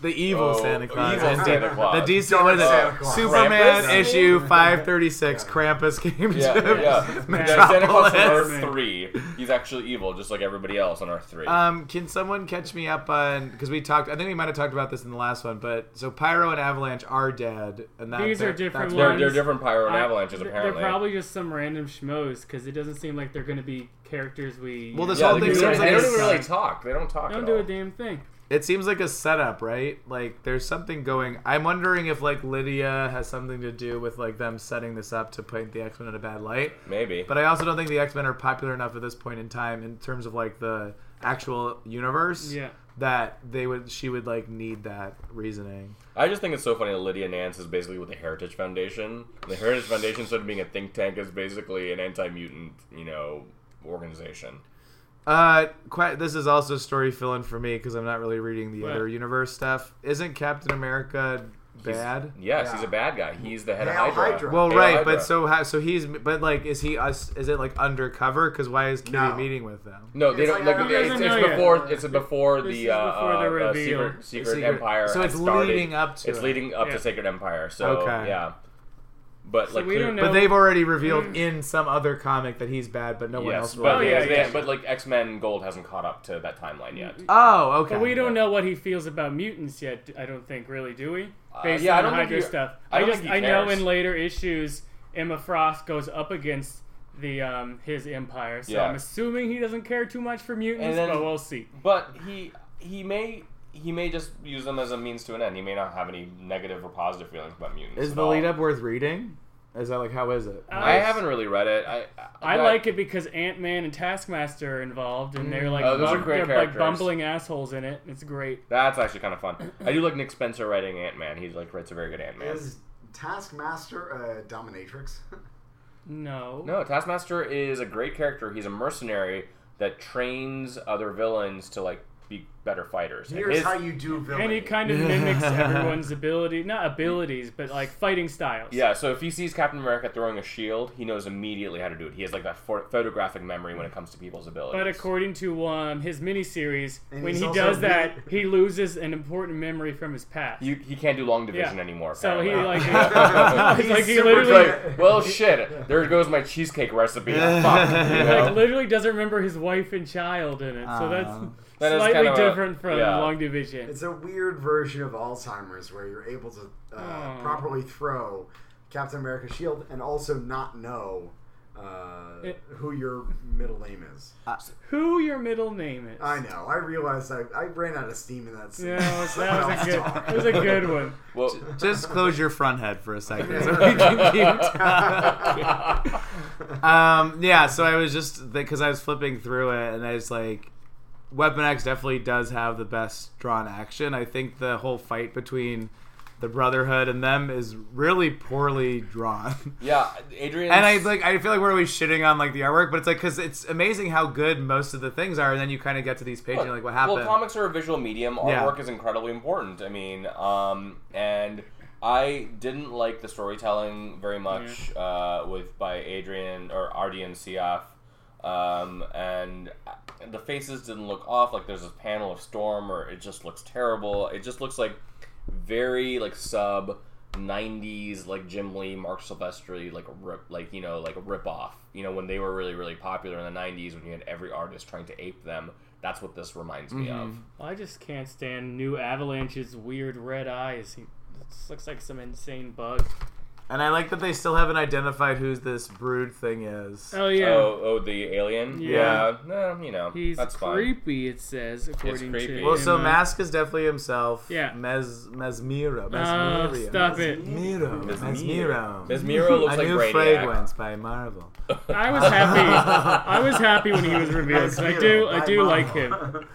S4: The evil
S1: Oh,
S4: Santa Claus.
S1: evil
S4: and the-
S1: Santa Claus.
S4: The DC what is
S1: Santa
S4: it?
S1: Claus.
S4: Superman
S1: Krampus?
S4: issue 536. Krampus came
S1: Yeah, yeah.
S4: to
S1: yeah. Santa Claus on
S4: Metropolis.
S1: Earth three. He's actually evil, just like everybody else on Earth three.
S4: Um, can someone catch me up on because we talked? I think we might have talked about this in the last one, but so Pyro and Avalanche are dead, and that,
S2: These are
S4: that-
S2: different
S4: that's
S1: they're,
S4: why-
S1: they're different pyro
S4: uh,
S1: and
S2: I-
S1: avalanches
S2: th-
S1: apparently.
S2: They're probably just some random schmoes because it doesn't seem like they're going to be characters we.
S4: Well, this
S1: yeah,
S4: whole
S1: they,
S4: thing
S1: do-
S4: seems
S1: they
S4: like
S1: don't
S4: a
S1: even really
S4: setup.
S1: talk. They don't talk.
S2: Don't
S1: at
S2: do
S1: all.
S2: a damn thing.
S4: It seems like a setup, right? Like there's something going. I'm wondering if like Lydia has something to do with like them setting this up to paint the X Men in a bad light.
S1: Maybe.
S4: But I also don't think the X Men are popular enough at this point in time in terms of like the actual universe
S2: Yeah.
S4: that they would she would like need that reasoning.
S1: I just think it's so funny that Lydia Nance is basically with the Heritage Foundation. The Heritage Foundation, instead of being a think tank, is basically an anti-mutant, you know, organization.
S4: Uh, quite, this is also story filling for me because I'm not really reading the
S2: What?
S4: other universe stuff. Isn't Captain America bad?
S1: Yes,
S3: Yeah.
S1: he's a bad guy. He's the head
S3: Hail
S1: of Hydra.
S3: Hydra.
S4: Well,
S1: Hail
S4: right,
S1: Hydra.
S4: but so how, so he's but like is he us? Is it like undercover? Because why is Kitty
S3: No.
S4: meeting with them?
S1: no, they
S3: It's
S1: don't.
S3: like,
S1: look,
S3: I don't
S1: it's,
S2: know
S1: it's
S2: yet.
S1: before. It's before
S2: This is
S1: the, uh,
S2: before the
S1: uh, uh,
S2: reveal.
S1: secret, secret
S4: Secret-
S1: empire.
S4: so
S1: had
S4: it's
S1: started.
S4: leading up to
S1: It's
S4: it.
S1: leading up
S2: Yeah.
S1: to Sacred Empire. So
S4: Okay.
S1: yeah, but like
S2: we
S1: clear-
S2: don't know-
S4: But they've already revealed in some other comic that he's bad, but no one
S1: Yes,
S4: else.
S1: but,
S2: Mm. Oh,
S4: will.
S2: yeah,
S1: they-
S2: yeah.
S1: but like X Men Gold hasn't caught up to that timeline yet.
S4: Oh, okay.
S2: But we don't know what he feels about mutants yet. I don't think really, do we? Based
S1: Uh, yeah, I
S2: on
S1: don't think
S2: Hydra
S1: he-
S2: stuff.
S1: I don't
S2: just
S1: think he
S2: I know
S1: cares.
S2: in later issues, Emma Frost goes up against the um his empire. So
S1: Yeah.
S2: I'm assuming he doesn't care too much for mutants,
S1: And then-
S2: but we'll see.
S1: But he he may he may just use them as a means to an end. He may not have any negative or positive feelings about mutants.
S4: Is
S1: at
S4: the
S1: all.
S4: lead up worth reading? Is that like how is it?
S1: I haven't really read it. I
S2: I like it because Ant Man and Taskmaster are involved, and they're like
S1: Oh, those are
S2: bum-
S1: great
S2: they're like
S1: characters.
S2: bumbling assholes in it. It's great.
S1: That's actually kind of fun. I do like Nick Spencer writing Ant Man. He like writes a very good Ant Man.
S3: Is Taskmaster a dominatrix?
S2: No,
S1: No, Taskmaster is a great character. He's a mercenary that trains other villains to like be better fighters. And
S3: Here's
S1: his-
S3: how you do villainy.
S2: and he kind of mimics everyone's ability, not abilities, but like fighting styles.
S1: yeah, so if he sees Captain America throwing a shield, he knows immediately how to do it. He has like that pho- photographic memory when it comes to people's abilities.
S2: But according to um, his miniseries,
S3: And
S2: when
S3: he's
S2: he
S3: also
S2: does
S3: really-
S2: that, he loses an important memory from his past.
S1: You, he can't do long division
S2: Yeah.
S1: anymore.
S2: So he,
S1: apparently.
S2: like-
S3: He's
S2: It's like he
S3: super
S1: It's
S2: literally,
S3: great.
S1: like, well, shit. There goes my cheesecake recipe. Fuck. you
S2: like,
S1: know?
S2: literally doesn't remember his wife and child in it. So that's
S4: Ah.
S1: That is
S2: slightly
S1: kind of a-
S2: different from
S1: yeah.
S2: Long Division.
S3: It's a weird version of Alzheimer's where you're able to uh,
S2: Oh.
S3: properly throw Captain America's shield and also not know uh,
S2: It-
S3: who your middle name is.
S4: Uh,
S2: Who your middle name is?
S3: I know. I realized I, I ran out of steam in that scene.
S2: Yeah, that was, that was a good.
S3: Someone
S2: That
S3: else
S2: was a good one.
S1: Well,
S4: Just close your front head for a second so we can mute. um, yeah, so I was just because I was flipping through it, and I was like, Weapon X definitely does have the best drawn action. I think the whole fight between the Brotherhood and them is really poorly drawn.
S1: yeah, Adrian.
S4: And I like, I feel like we're always shitting on like the artwork, but it's like because it's amazing how good most of the things are, and then you kind of get to these pages, and you're like, what happened?
S1: Well, comics are a visual medium.
S4: Yeah.
S1: Artwork is incredibly important. I mean, um, and I didn't like the storytelling very much uh, with by Adrian or Ardian Siaf. Um, and I- the faces didn't look off. Like there's this panel of Storm, or it just looks terrible. It just looks like very like sub '90s like Jim Lee, Mark Silvestri, like rip, like you know, like a rip off. You know, when they were really really popular in the '90s, when you had every artist trying to ape them. That's what this reminds me of.
S2: Well, I just can't stand New Avalanche's weird red eyes. He this looks like some insane bug.
S4: and I like that they still haven't identified who this brood thing is.
S2: Oh yeah,
S1: Oh, oh, the alien.
S2: Yeah.
S1: no, you know,
S2: he's
S1: that's fine.
S2: creepy. It says according
S1: creepy.
S2: to.
S4: Well, so
S2: Emma.
S4: Mask is definitely himself.
S2: Yeah.
S4: Mes Mesmero.
S2: Oh,
S4: Mesmero.
S2: stop it!
S4: Mesmero. Mesmero.
S1: Mesmero looks
S4: A
S1: like
S4: new
S1: Brainiac.
S4: fragrance by Marvel.
S2: I was happy. I was happy when he was revealed. 'cause I do, I do like him.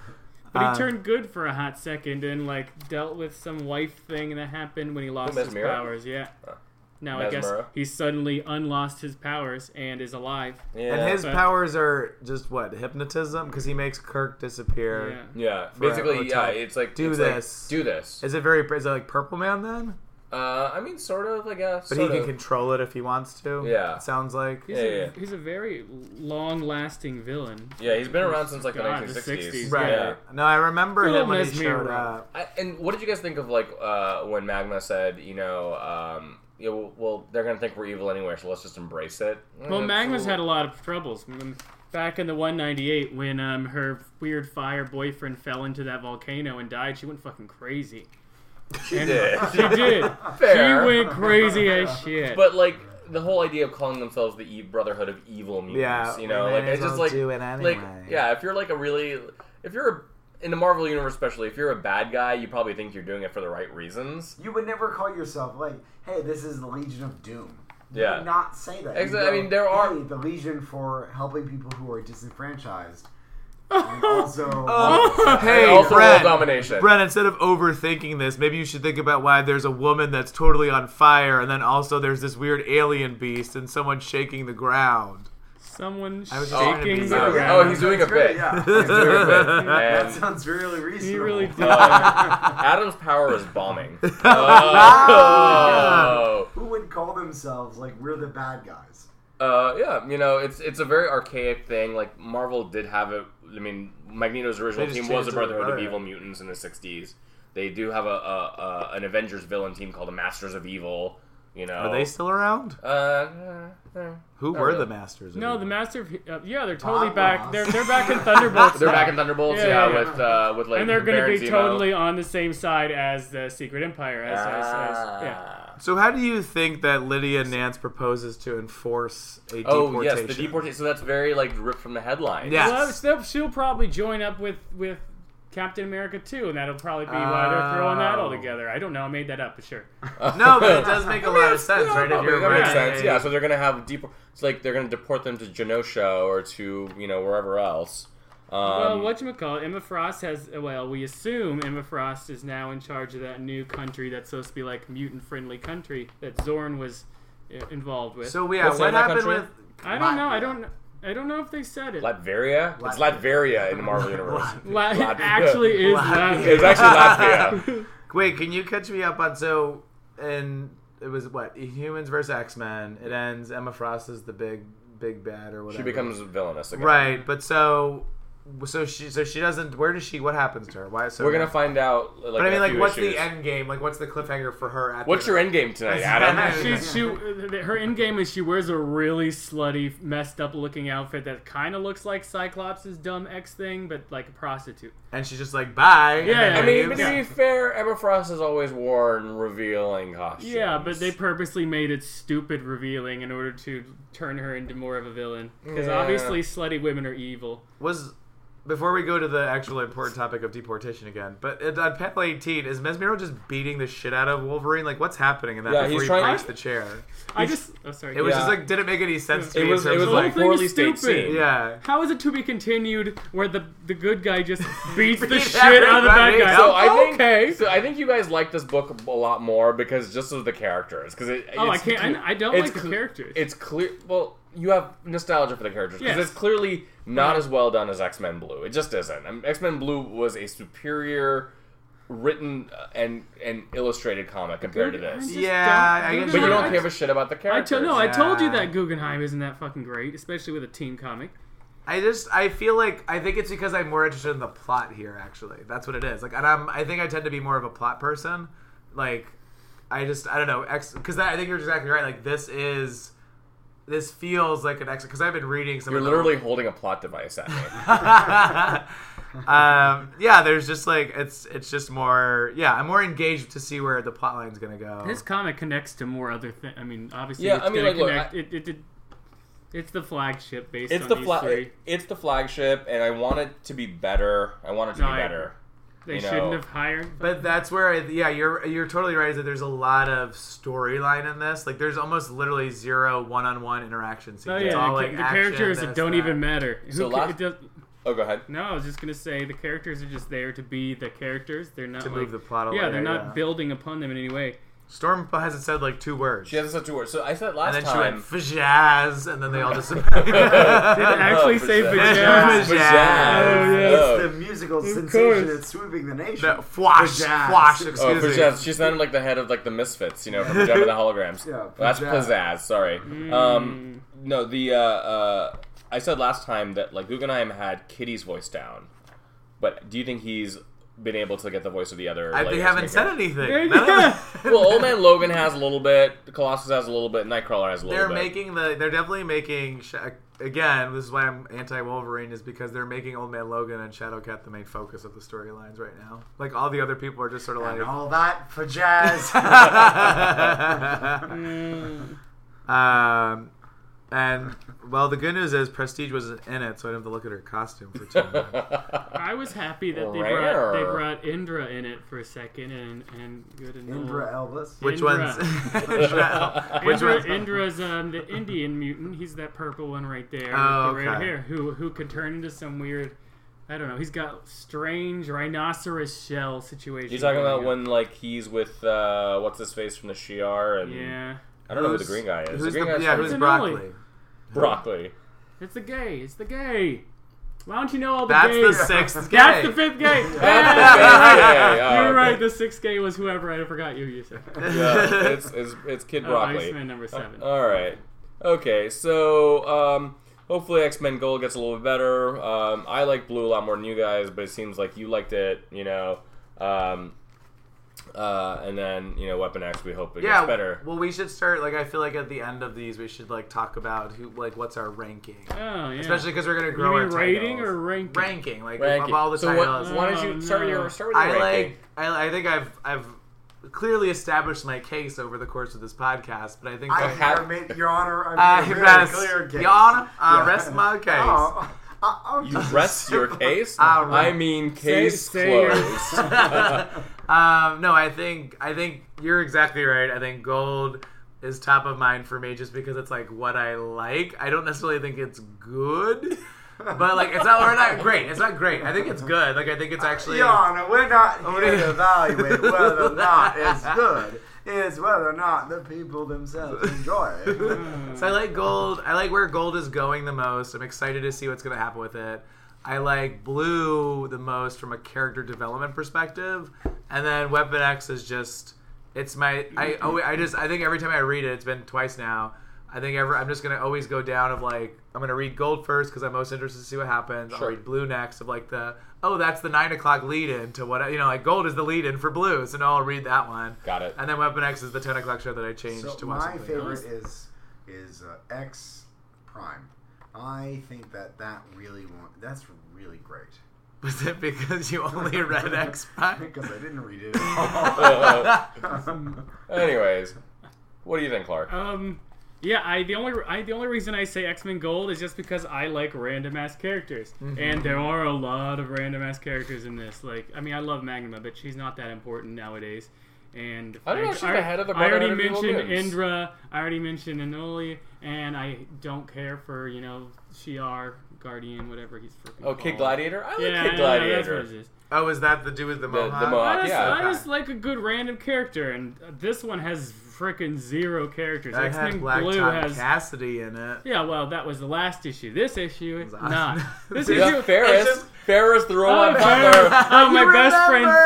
S2: But he
S4: Uh,
S2: turned good for a hot second and like dealt with some wife thing that happened when he lost his
S1: Mesmero?
S2: powers. Yeah.
S1: Oh.
S2: Now I guess
S1: Mesmero?
S2: he suddenly unlost his powers and is alive.
S1: Yeah.
S4: And his
S2: but-
S4: powers are just what hypnotism, because he makes Kirk disappear.
S2: Yeah.
S1: yeah,
S4: For a
S1: basically, yeah.
S4: hotel.
S1: It's like
S4: oh, Do
S1: it's like,
S4: this.
S1: do this.
S4: Is it very? Is it like Purple Man then?
S1: Uh, I mean, sort of, I guess.
S4: But
S1: sort
S4: he
S1: of.
S4: can control it if he wants to.
S1: Yeah.
S4: it sounds like.
S2: He's,
S1: Yeah,
S2: a,
S1: yeah, yeah.
S2: he's a very long-lasting villain. Oh,
S1: yeah, he's been around since like
S2: God,
S1: the
S2: the
S1: 1960s.
S2: 60s,
S4: Right.
S1: Yeah.
S4: No, I remember
S2: Good
S4: him
S2: old
S4: when he
S2: Mesmero.
S4: showed up.
S1: I, and what did you guys think of like uh, when Magma said, you know, um, yeah, well, well, they're gonna think we're evil anyway, so let's just embrace it.
S2: Well, Magma's had a lot of troubles. Mm, Back in the 198, when um, her weird fire boyfriend fell into that volcano and died, she went fucking crazy.
S1: She did.
S2: She did.
S1: Fair.
S2: She went crazy as shit.
S1: But like the whole idea of calling themselves the e- Brotherhood of Evil mutants,
S4: Yeah,
S1: you know,
S4: we
S1: like
S4: may as
S1: it's just
S4: well
S1: like,
S4: do it
S1: like
S4: anyway.
S1: yeah, if you're like a really, if you're a, in the Marvel universe, especially if you're a bad guy, you probably think you're doing it for the right reasons.
S5: You would never call yourself like, "Hey, this is the Legion of Doom." You
S1: Yeah.
S5: would not say that.
S1: Exa-
S5: You'd
S1: I mean, there are-
S5: "Hey, the Legion for helping people who are disenfranchised. And also,
S2: Oh.
S3: Oh.
S4: Hey,
S1: And also
S4: Brent.
S1: world domination.
S4: Brent, instead of overthinking this, maybe you should think about why there's a woman that's totally on fire, and then also there's this weird alien beast and someone shaking the ground.
S2: Someone
S4: was just trying to
S2: shaking
S4: be
S2: the
S1: Oh,
S4: nice.
S2: ground.
S1: he's doing a
S5: That's good,
S1: bit.
S5: yeah.
S1: He's doing a bit.
S5: that
S1: And,
S5: sounds really reasonable.
S2: He really did.
S1: Adam's power is bombing. Oh.
S5: Who would call themselves like we're the bad guys?
S1: Uh, yeah, you know, it's it's a very archaic thing. Like Marvel did have it. I mean, Magneto's original
S4: They just
S1: team
S4: changed
S1: was the
S4: it to
S1: Brotherhood of
S4: Brotherhood.
S1: Evil Mutants in the '60s. They do have a, a, a an Avengers villain team called the Masters of Evil. You know,
S4: Are they still around?
S1: Uh, uh, uh,
S4: Who
S1: not
S4: were
S1: really.
S4: the masters? of
S2: No,
S4: evil?
S2: the Master of uh, yeah, they're totally
S5: Bob
S2: back.
S5: Ross.
S2: They're they're back in Thunderbolts.
S1: They're
S2: now.
S1: back in Thunderbolts,
S2: Yeah,
S1: yeah,
S2: yeah.
S1: with uh, with like
S2: and they're going to
S1: Baron
S2: be
S1: Zemo.
S2: totally on the same side as the Secret Empire. As, as, as, yeah.
S1: Ah.
S4: So how do you think that Lydia Nance proposes to enforce a
S1: Oh yes,
S4: deportation?
S1: the deportation. So that's very like ripped from the headline.
S4: Yeah.
S2: Well, she'll, she'll probably join up with with Captain America too, and that'll probably be why they're throwing that
S1: Ah.
S2: all
S4: Oh.
S2: together. I don't know. I made that up, but sure.
S4: No, but it does make a lot of sense,
S1: Yeah,
S4: Oh, right?
S1: that
S4: If you're
S1: makes- that makes
S4: writing
S1: sense.
S4: a-
S1: Yeah, so they're gonna have deep. It's like they're gonna deport them to Genosha or to you know wherever else. Um,
S2: well, what you call Emma Frost has. Well, we assume Emma Frost is now in charge of that new country that's supposed to be like mutant friendly country that Zorn was uh, involved with.
S4: So yeah,
S1: What's the
S4: what
S1: name of that
S4: happened
S1: country?
S4: with
S2: I don't know. I
S5: Latvia.
S2: don't. I don't know if they said it.
S1: Latveria? It's Latveria in the Marvel universe.
S2: La- it
S1: Latvia.
S2: actually is
S1: It was
S2: Latvia.
S1: actually Latvia.
S4: Wait, can you catch me up on so and it was what Humans versus X Men. It ends. Emma Frost is the big big bad or whatever.
S1: She becomes villainous again.
S4: right, but so so she so she doesn't. Where does she? What happens to her? Why? So
S1: We're gonna find out. Like,
S4: But I
S1: in
S4: mean,
S1: a
S4: like,
S1: few
S4: what's
S1: issues.
S4: the end game? Like, what's the cliffhanger for her? At
S1: What's
S4: the,
S1: your end game tonight, Adam?
S2: She's, she, her end game is she wears a really slutty, messed up looking outfit that kind of looks like Cyclops' dumb ex thing, but like a prostitute.
S4: And she's just like, bye. and
S2: Yeah,
S4: then
S1: I mean, but
S4: leaves.
S1: to be fair, Eberfrost has always worn revealing costumes.
S2: Yeah, but they purposely made it stupid revealing in order to turn her into more of a villain. Because
S1: Yeah.
S2: obviously, slutty women are evil.
S4: was before we go to the actual important topic of deportation again. But at- on panel eighteen, is Mesmero just beating the shit out of Wolverine? Like, what's happening in that
S1: Yeah,
S4: before
S1: he's
S4: he
S1: trying-
S4: breaks the chair?
S2: I just. Oh, sorry.
S4: It was
S1: Yeah.
S4: just like didn't make any sense to
S1: It
S4: me.
S1: was
S4: in
S1: it
S4: terms
S1: was
S4: of,
S1: like
S4: like,
S2: thing is
S1: poorly staged
S2: stupid.
S1: scene.
S4: yeah.
S2: How is it to be continued where the the good guy just beats the
S4: Beat
S2: shit out of the bad
S4: everybody.
S2: guy? Oh,
S1: So I think
S2: okay.
S1: so I think you guys like this book a lot more because just of the characters because it.
S2: oh, I
S1: it's-
S2: can't. I, I don't
S1: it's
S2: like the
S1: cl-
S2: characters.
S1: It's clear. Well, you have nostalgia for the characters because
S2: Yes.
S1: it's clearly not as well done as X Men Blue. It just isn't. I mean, X Men Blue was a superior written uh, and and illustrated comic compared to
S2: Guggenheim
S1: this.
S2: just
S4: Yeah,
S2: don't-
S4: I guess
S1: But you
S4: you're
S1: don't
S4: right.
S1: give a shit about the
S2: I
S1: characters.
S2: told no. I told you
S4: Yeah.
S2: that Guggenheim isn't that fucking great, especially with a teen comic.
S4: I just I feel like I think it's because I'm more interested in the plot here. Actually, that's what it is. Like, and I'm I think I tend to be more of a plot person. Like, I just I don't know X because I think you're exactly right. Like, this is this feels like an X because I've been reading some.
S1: You're
S4: of the-
S1: literally holding a plot device at me.
S4: um, yeah, there's just like it's it's just more yeah. I'm more engaged to see where the plot line's gonna go.
S2: His comic connects to more other things. I mean,
S1: Oh.
S2: obviously,
S1: Yeah,
S2: it's
S1: I mean,
S2: gonna
S1: like, look,
S2: connect.
S1: I-
S2: it, it, it, it's the flagship based
S1: It's
S2: on
S1: the
S2: these
S1: fla-
S2: three.
S1: It's the flagship, and I want it to be better. I want it to
S2: No,
S1: be
S2: I-
S1: better.
S2: They
S1: you
S2: shouldn't
S1: know.
S2: have hired.
S4: But that's where, I, yeah, you're you're totally right. Is that there's a lot of storyline in this. Like, there's almost literally zero one-on-one interaction scenes.
S2: oh
S4: it's
S2: yeah,
S4: all
S2: the,
S4: like
S2: the
S4: action,
S2: characters
S4: this,
S2: that don't
S4: that.
S2: even matter. Who
S1: So
S2: ca-
S1: last-
S2: it does,
S1: Oh, go ahead.
S2: no, I was just gonna say the characters are just there to be the characters. They're not
S4: to
S2: like,
S4: move the plot.
S2: yeah,
S4: along,
S2: they're not building upon them in any way.
S4: Storm hasn't said like two words.
S1: She hasn't said two words. So I said last
S4: and then she
S1: time.
S4: went "Fajazz," and then they all just.
S2: Did it actually
S1: Oh, for
S2: say
S1: sure.
S2: vagina?
S4: Vagina.
S1: Vajazz.
S2: Oh, yeah.
S1: Oh.
S5: It's the musical
S2: course.
S5: sensation that's sweeping the nation.
S4: No, Fwash,
S5: Fajazz.
S4: Fwash,
S1: Oh,
S4: excuse me.
S1: Pizzazz. She sounded like the head of like the Misfits, you know, from Gem and the Holograms.
S5: Yeah,
S1: that's
S5: pizzazz.
S1: pizzazz. Sorry. Um, no, the uh, uh, I said last time that like Guggenheim had Kitty's voice down, but do you think he's been able to get the voice of the other?
S4: I,
S1: like,
S4: they haven't said
S1: X-Men
S4: anything.
S2: Yeah,
S4: None of
S2: yeah.
S4: them-
S1: characters? Well, Old Man Logan has a little bit. Colossus has a little bit. Nightcrawler has a little
S4: they're
S1: bit.
S4: making the they're definitely making Sh- again this is why i'm anti-wolverine is because they're making old man logan and shadowcat the main focus of the storylines right now like all the other people are just sort of
S5: and
S4: like
S5: all that for jazz.
S1: Mm.
S4: um and well the good news is prestige wasn't in it so i didn't have to look at her costume for two minutes
S2: I was happy that they
S1: Rare.
S2: brought they brought Indra in it for a second and and good and old-
S5: Indra Elvis.
S4: which
S2: Indra.
S4: one's which
S2: Indra,
S4: one's
S2: Indra's um, the Indian mutant. He's that purple one right there
S4: Oh,
S2: with the red
S4: okay.
S2: hair, who who could turn into some weird. I don't know. He's got strange rhinoceros shell situation.
S1: You talking
S2: going
S1: about
S2: on.
S1: when like he's with uh, what's his face from the Shi'ar and
S2: Yeah,
S1: I don't know who the
S4: Who's-
S1: green guy is.
S4: who's
S1: the green
S4: the,
S1: guy's
S4: yeah
S1: from
S4: who's
S2: Annoying.
S4: broccoli
S1: broccoli.
S2: it's the gay. It's the gay. Why don't you know all the
S4: that's the
S2: gays?
S4: sixth
S2: That's
S4: gay.
S2: the fifth gay.
S1: That's the
S2: Yeah,
S1: gay. Oh,
S2: You're right.
S1: okay.
S2: The sixth gay was whoever I forgot you. You said
S1: yeah, it's, it's, it's Kid
S2: Oh,
S1: Broccoli.
S2: Iceman number seven.
S1: All right. Okay, so um, hopefully X Men Gold gets a little bit better. Um, I like Blue a lot more than you guys, but it seems like you liked it, you know. Um, uh, and then, you know, Weapon X, we hope it
S4: yeah
S1: gets better.
S4: well we should start like i feel like at the end of these we should like talk about who like what's our ranking
S2: oh yeah.
S4: especially because we're gonna
S2: you
S4: grow
S2: mean
S4: our
S2: rating
S4: titles.
S2: or ranking?
S4: ranking like
S1: Ranking.
S4: of all the
S1: so
S4: titles
S1: what, why don't
S2: Oh,
S1: you start,
S2: no.
S1: your, start with your
S4: i
S1: ranking?
S4: like I, I think i've i've clearly established my case over the course of this podcast but i think
S5: I
S4: that-
S1: have- Ah,
S5: have made your honor. I
S4: I
S5: made a very
S4: rest
S5: clear case.
S4: your honor i
S5: Yeah.
S4: rest my case
S5: Oh, I- I'm
S1: You
S5: just-
S1: rest your case?
S4: All right.
S1: I mean, case
S2: say your-
S1: closed.
S4: um, no, I think I think you're exactly right. I think gold is top of mind for me just because it's like what I like. I don't necessarily think it's good, but like it's not we're not great. It's not great. I think it's good. Like I think it's actually.
S5: Your honor, we're not
S4: do
S5: here
S4: you-
S5: to evaluate whether or not it's good. It's whether or not the people themselves enjoy it.
S4: So I like gold. I like where gold is going the most. I'm excited to see what's going to happen with it. I like blue the most from a character development perspective, and then Weapon X is just it's my I oh I just I think every time I read it, it's been twice now. I think ever I'm just gonna always go down of like I'm gonna read gold first because I'm most interested to see what happens. I'll
S1: Sure.
S4: read blue next of like the oh that's the nine o'clock lead in to what you know like gold is the lead in for blue, so now I'll read that one.
S1: Got it.
S4: And then Weapon X is the ten o'clock show that I changed
S3: So
S4: to watch.
S3: my
S4: something
S3: favorite
S4: else.
S3: is is uh, X Prime. I think that that really wa- that's really great.
S4: was it because you only read X Prime?
S3: because I didn't read it. Um,
S1: Anyways, what do you think, Clark?
S2: Um, yeah, I the only I the only reason I say X Men Gold is just because I like random ass characters,
S1: Mm-hmm.
S2: and there are a lot of random ass characters in this. Like, I mean, I love Magnuma, but she's not that important nowadays. And
S1: I don't know if she's
S2: I-
S1: ahead of the
S2: I already
S1: Brotherhood of Evil
S2: mentioned
S1: Mutants.
S2: Indra. I already mentioned Anoli, and I don't care for you know Shi'ar, Guardian, whatever he's freaking.
S1: oh, Kid
S2: called.
S1: Gladiator. I like
S2: Yeah,
S1: Kid
S2: yeah, yeah, that's
S1: Gladiator.
S2: what it is.
S4: Oh, is that the dude with
S1: the
S4: the mohawk?
S1: mohawk.
S2: I just,
S1: yeah.
S2: I just like a good random character, and this one has freaking zero characters.
S4: That
S2: X
S4: had
S2: Men
S4: Black
S2: Blue
S4: Tom
S2: has
S4: Cassidy in it.
S2: yeah, well, that was the last issue. This issue,
S4: It was
S2: not.
S4: awesome.
S2: This
S4: Yeah,
S2: issue,
S1: yeah, Ferris.
S4: it's just-
S1: Ferris the
S2: Oh,
S1: robot
S2: Ferris.
S1: butler.
S2: Oh, my
S4: You
S2: best friend
S4: remember!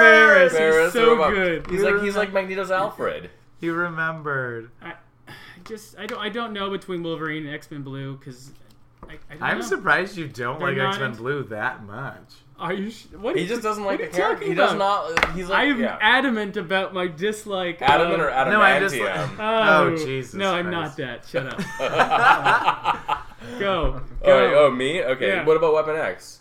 S2: Ferris.
S1: Ferris
S2: He's
S1: the
S2: so
S1: robot-
S2: good.
S1: He's like he's like Magneto's Alfred.
S4: You remembered.
S2: I, I just I don't I don't know between Wolverine and X Men Blue because I, I don't
S4: I'm
S2: know.
S4: surprised you don't
S2: They're
S4: like
S2: not
S4: X Men
S2: in-
S4: Blue that much.
S2: Are you? sh- What? Are
S1: He
S2: you-
S1: just doesn't
S2: what
S1: like
S2: are
S1: the
S2: you
S1: character.
S2: talking
S1: He does
S2: about?
S1: not. uh, He's
S2: I
S1: like
S2: am
S1: yeah.
S2: adamant about my dislike.
S1: Adamant
S2: of,
S1: or
S4: No, I just-
S1: adamantium.
S2: Oh,
S4: Oh, Jesus
S2: No, I'm not
S4: Christ.
S2: that. Shut up.
S1: oh,
S2: Go. Go.
S1: oh, me? Okay.
S2: Yeah.
S1: What about Weapon X?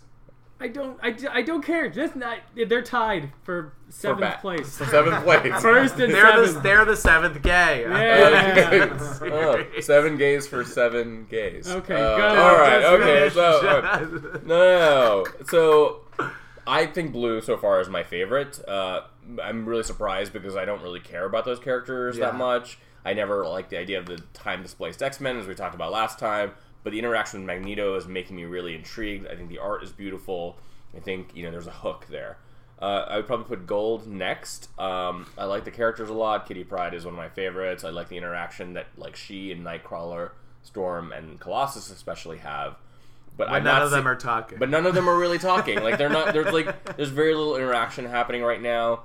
S2: I don't. I, d- I don't care. That's not. They're tied for
S1: For
S2: seventh
S1: bat-
S2: place.
S1: Seventh place.
S2: First and
S4: They're the,
S2: seventh.
S4: they're the seventh gay.
S2: Yeah.
S1: Oh, seven gays for seven gays.
S2: Okay,
S1: Uh,
S2: go.
S1: All right.
S4: Just
S1: Okay.
S4: finish.
S1: So uh, all right. no, no, no. So I think blue so far is my favorite. Uh, I'm really surprised because I don't really care about those characters
S4: Yeah.
S1: that much. I never liked the idea of the time displaced X Men as we talked about last time. But the interaction with Magneto is making me really intrigued. I think the art is beautiful. I think you know there's a hook there. Uh, I would probably put Gold next. Um, I like the characters a lot. Kitty Pride is one of my favorites. I like the interaction that like she and Nightcrawler, Storm, and Colossus especially have. But
S4: But
S1: I'm
S4: none
S1: not
S4: of them
S1: see-
S4: are talking.
S1: but none of them are really talking. Like they're not. There's like there's very little interaction happening right now.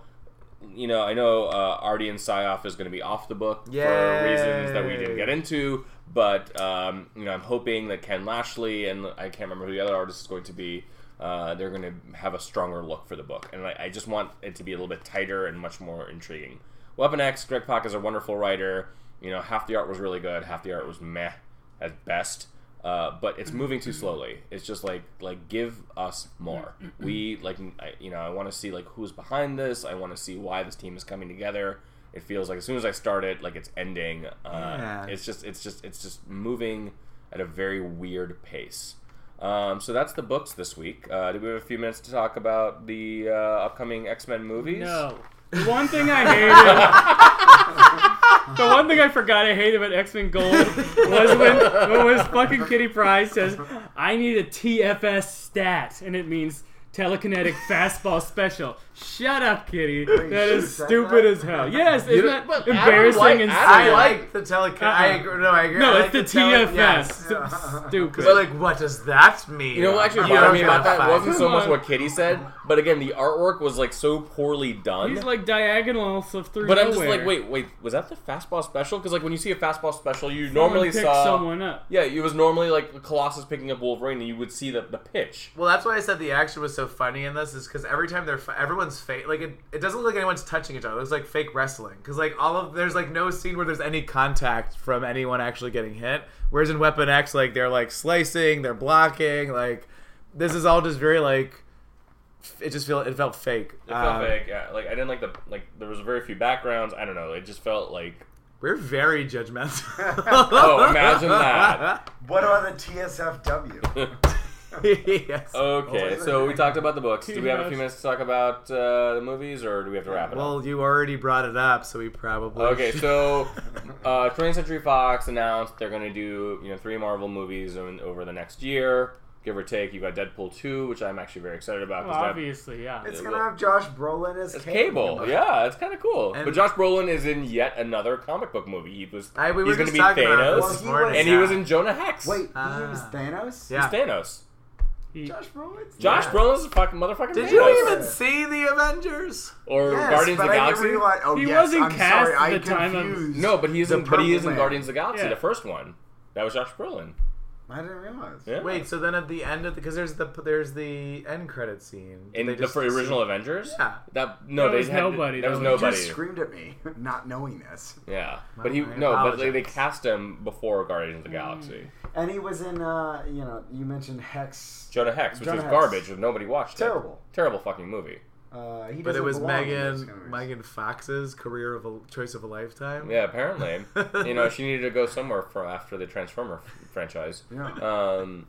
S1: You know, I know uh, Artie and Psyoff is going to be off the book for
S4: Yay.
S1: reasons that we didn't get into. But um, you know, I'm hoping that Ken Lashley and I can't remember who the other artist is going to be. Uh, they're going to have a stronger look for the book, and I, I just want it to be a little bit tighter and much more intriguing. Weapon X, Greg Pak is a wonderful writer. You know, half the art was really good, half the art was meh at best. Uh, but it's moving too slowly. It's just like like give us more. We like I, you know I want to see like who's behind this. I want to see why this team is coming together. It feels like as soon as I start it, like it's ending. Uh,
S4: Yeah.
S1: It's just it's just it's just moving at a very weird pace. Um, so that's the books this week. Uh, do we have a few minutes to talk about the uh, upcoming X Men movies?
S2: No. The one thing I hated. the one thing I forgot I hated about X Men Gold was when, when was fucking Kitty Pryde says, "I need a TFS stat," and it means telekinetic fastball special. Shut up, Kitty. that
S5: she
S2: is
S5: said
S2: stupid
S5: that?
S2: as hell. Yes,
S4: You
S2: isn't
S4: don't-
S2: that
S1: but I don't
S2: embarrassing
S1: like-
S2: and
S1: I
S4: I
S2: silly?
S4: like the telecom. I agree. No, I agree.
S2: Uh-uh. No,
S4: I
S2: it's the
S4: like tele-
S2: TFS.
S4: yes.
S2: S- Stupid.
S4: So like, what does that mean?
S1: You know what actually
S4: You
S1: bothered
S4: don't
S1: me
S4: get
S1: about
S4: a
S1: that
S4: five.
S1: wasn't so
S2: Come
S1: much
S2: on.
S1: what Kitty said, but again the artwork was like so poorly done.
S2: He's like diagonals of through
S1: But I'm
S2: nowhere.
S1: just like, wait, wait, was that the fastball special? Because like when you see a fastball special, you
S2: Someone
S1: normally
S2: picked
S1: saw
S2: someone up.
S1: Yeah, it was normally like Colossus picking up Wolverine, and you would see the the pitch.
S4: Well, that's why I said the action was so funny in this, is because every time they're fi- everyone's fake, like it, it doesn't look like anyone's touching each other. It looks like fake wrestling, because like all of there's like no scene where there's any contact from anyone actually getting hit. Whereas in Weapon X, like they're like slicing, they're blocking, like this is all just very like f- it just feel it felt fake. Um,
S1: It felt
S4: Uh,
S1: fake. Yeah, like I didn't like the like there was very few backgrounds. I don't know. It just felt like
S4: We're very judgmental.
S1: oh, imagine that.
S5: What about the TSFW?
S4: yes.
S1: Okay, so we talked about the books. Do we have a few minutes to talk about uh, the movies, or do we have to wrap it up?
S4: Well, you already brought it up, so we probably
S1: Okay,
S4: should-
S1: so uh, 20th Century Fox announced they're going to do you know three Marvel movies in, over the next year, give or take. You got Deadpool two, which I'm actually very excited about.
S2: Well,
S1: 'cause that-
S2: obviously, yeah.
S5: It's gonna have Josh Brolin as
S1: it's Cable, yeah, it's kind of cool.
S4: And-
S1: but Josh Brolin is in yet another comic book movie. He was
S4: I, we
S1: he's
S4: were
S1: going
S4: just
S1: to be
S4: talking about
S1: Thanos,
S4: this
S5: Well, he
S4: morning.
S5: was-
S1: and he was in Jonah Hex.
S5: Wait, he
S4: Ah.
S5: was Thanos?
S4: Yeah.
S1: he's Thanos.
S2: He-
S5: Josh Brolin?
S1: Josh Brolin's a fucking motherfucking
S4: Did
S1: Thanos.
S4: you even see the Avengers?
S1: or
S5: Yes,
S1: Guardians
S5: but
S1: of the
S5: I didn't
S1: Galaxy?
S5: realize- oh,
S2: He
S5: yes,
S2: wasn't
S5: I'm
S2: cast
S5: sorry,
S2: at
S5: I
S2: the time of-
S5: confused.
S1: No, but he is
S5: The
S1: in, but he
S5: Purple
S1: is in
S5: Man.
S1: Guardians of the Galaxy,
S2: Yeah.
S1: the first one. That was Josh Brolin.
S3: I didn't realize.
S1: Yeah.
S4: Wait, so then at the end of the because there's the there's the end credit scene. Did
S1: in
S4: they
S1: the
S4: just
S1: fir- original Avengers.
S4: Yeah.
S1: That no,
S2: There
S1: they
S2: was
S1: had,
S2: nobody.
S1: There was
S2: That was-
S1: nobody.
S3: Just screamed at me, not knowing this.
S1: yeah, but he
S4: I
S1: no, but they, they
S4: apologize.
S1: cast him before Guardians of the Galaxy.
S5: And he was in, uh, you know, you mentioned Hex.
S1: Jonah Hex, which
S5: Jonah
S1: was
S5: Hex.
S1: garbage, and nobody watched
S5: Terrible.
S1: it. Terrible fucking movie.
S5: Uh, he
S4: But it
S5: doesn't
S4: was
S5: belong in those
S4: Megan
S5: movies.
S4: Megan Fox's career of a choice of a lifetime.
S1: Yeah, apparently, you know, she needed to go somewhere for after the Transformer f- franchise.
S3: Yeah.
S1: Um.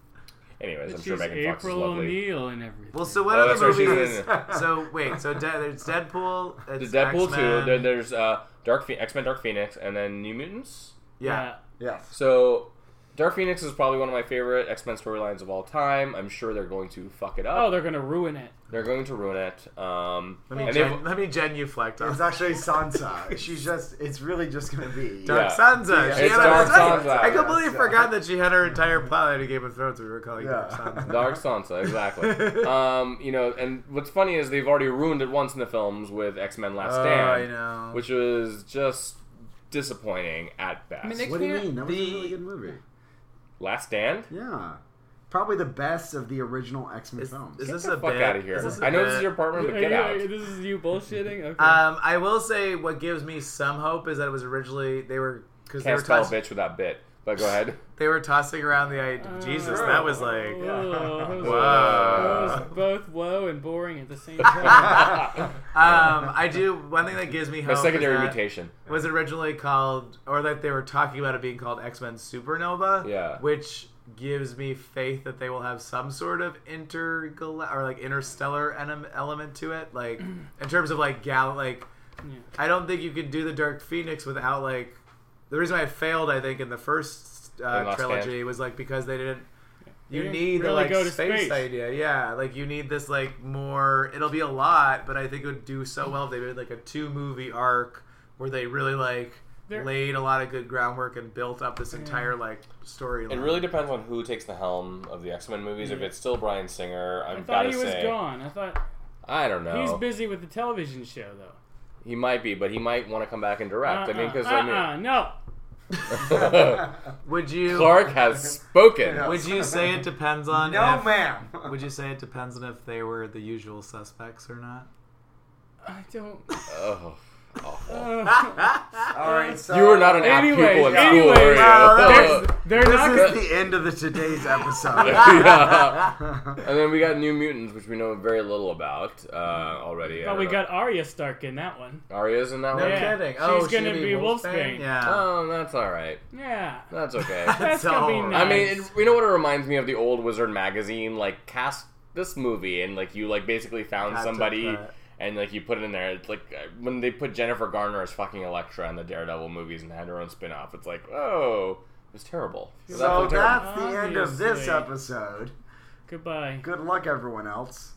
S1: Anyways, I'm sure
S2: She's
S1: Megan Fox is
S2: April
S1: lovely.
S2: O'Neil and everything.
S4: Well, so what
S1: Oh,
S4: other
S1: that's right, she's
S4: movies?
S1: in it.
S4: so wait, so De- there's Deadpool.
S1: There's
S4: It's
S1: Deadpool
S4: X-Men.
S1: two. There, there's uh, Dark Phoenix, X Men, Dark Phoenix, and then New Mutants.
S4: yeah.
S5: Yes.
S1: So, Dark Phoenix is probably one of my favorite X Men storylines of all time. I'm sure they're going to fuck it up.
S2: Oh, they're gonna ruin it.
S1: They're going to ruin it. Um,
S4: Let me
S1: and
S4: gen-
S1: they've-
S4: let me genuflect on
S3: It's actually Sansa. She's just. It's really just gonna be.
S4: Dark
S1: Yeah.
S4: Sansa.
S3: Yeah.
S4: She
S1: It's
S4: had a-
S1: Dark
S4: that's right.
S1: Sansa.
S4: I completely
S3: That's-
S4: forgot that she had her entire plot in Game of Thrones. We were calling Dark
S3: Yeah.
S4: Sansa.
S1: Dark Sansa, exactly. um, you know, and what's funny is they've already ruined it once in the films with X Men Last
S4: Oh,
S1: Stand,
S4: I know.
S1: which was just disappointing at best.
S2: I mean, they
S3: What do you
S2: can't
S3: mean? That was
S2: be-
S3: a really good movie.
S1: Last Stand.
S3: Yeah. Probably the best of the original X Men
S4: Is,
S3: films.
S4: is
S1: Get
S4: this
S1: the
S4: a
S1: fuck
S4: bit?
S1: out of here.
S4: Is this a
S1: I know this is
S4: bit?
S1: your apartment, but
S2: Are
S1: get
S2: you-
S1: out. Uh,
S2: This is you bullshitting. Okay.
S4: Um, I will say what gives me some hope is that it was originally they were because they were
S1: Can't spell
S4: tossing,
S1: bitch with that bit. But go ahead.
S4: they were tossing around the idea. Jesus, that was like
S2: Whoa, Oh, that was-
S4: Whoa.
S2: that was both whoa and boring at the same time.
S3: Oh.
S4: Um, I do one thing that gives me hope.
S1: My
S4: is
S1: secondary
S4: that
S1: mutation.
S4: it was originally called, or that they were talking about it being called X Men Supernova.
S1: Yeah.
S4: which gives me faith that they will have some sort of intergal or like interstellar enem- element to it, like in terms of like gal like.
S2: Yeah.
S4: I don't think you can do the Dark Phoenix without like the reason why I failed. I think in the first
S1: They
S4: uh,
S1: lost
S4: trilogy
S1: hand.
S4: was like because they didn't. You
S2: didn't
S4: need the
S2: really
S4: like
S2: go to
S4: space,
S2: space.
S4: idea, yeah. Like you need this like more. It'll be a lot, but I think it would do so well if they did like a two movie arc where they really like
S2: There-
S4: laid a lot of good groundwork and built up this entire like storyline.
S1: It really depends on who takes the helm of the X Men movies. If it's still Brian Singer,
S2: I
S1: I've got
S2: thought
S1: to
S2: he was
S1: say,
S2: gone. I thought
S1: I don't know.
S2: he's busy with the television show though.
S1: He might be, but he might want to come back and direct. I mean, because
S2: uh-uh, no. Uh-uh.
S1: I mean,
S4: would you
S1: Clark has spoken.
S4: Would you say it depends on
S5: No,
S4: if-
S5: ma'am.
S4: Would you say it depends on if they were the usual suspects or not?
S2: I don't.
S1: Oh, awful.
S2: Uh,
S5: All right. So
S1: You were not an apt
S2: anyway,
S1: pupil in
S2: anyway,
S1: school, were you?
S4: wow,
S2: they're, they're not.
S3: this
S2: gonna-
S3: is the end of the today's episode.
S1: Yeah. And then we got New Mutants, which we know very little about uh, already. I
S2: Oh,
S1: don't
S2: we
S1: know.
S2: got Arya Stark in that one.
S1: Arya's in that
S4: No
S1: one.
S2: Yeah.
S4: kidding.
S2: She's
S4: Oh,
S2: gonna be Wolfsbane.
S4: Yeah.
S1: Oh, that's all right.
S2: Yeah.
S1: That's okay.
S2: That's gonna be
S4: all
S2: nice.
S1: I mean, it, you know what it reminds me of? The old Wizard magazine, like cast this movie, and like you like basically found
S4: Had to
S1: somebody,
S4: put-
S1: and like you put it in there. It's like uh, when they put Jennifer Garner as fucking Elektra in the Daredevil movies and had her own spin off. It's like, oh, it was terrible. It was
S3: so
S1: absolutely terrible.
S3: that's the end of this
S2: Obviously.
S3: episode.
S2: Goodbye.
S3: Good luck, everyone else.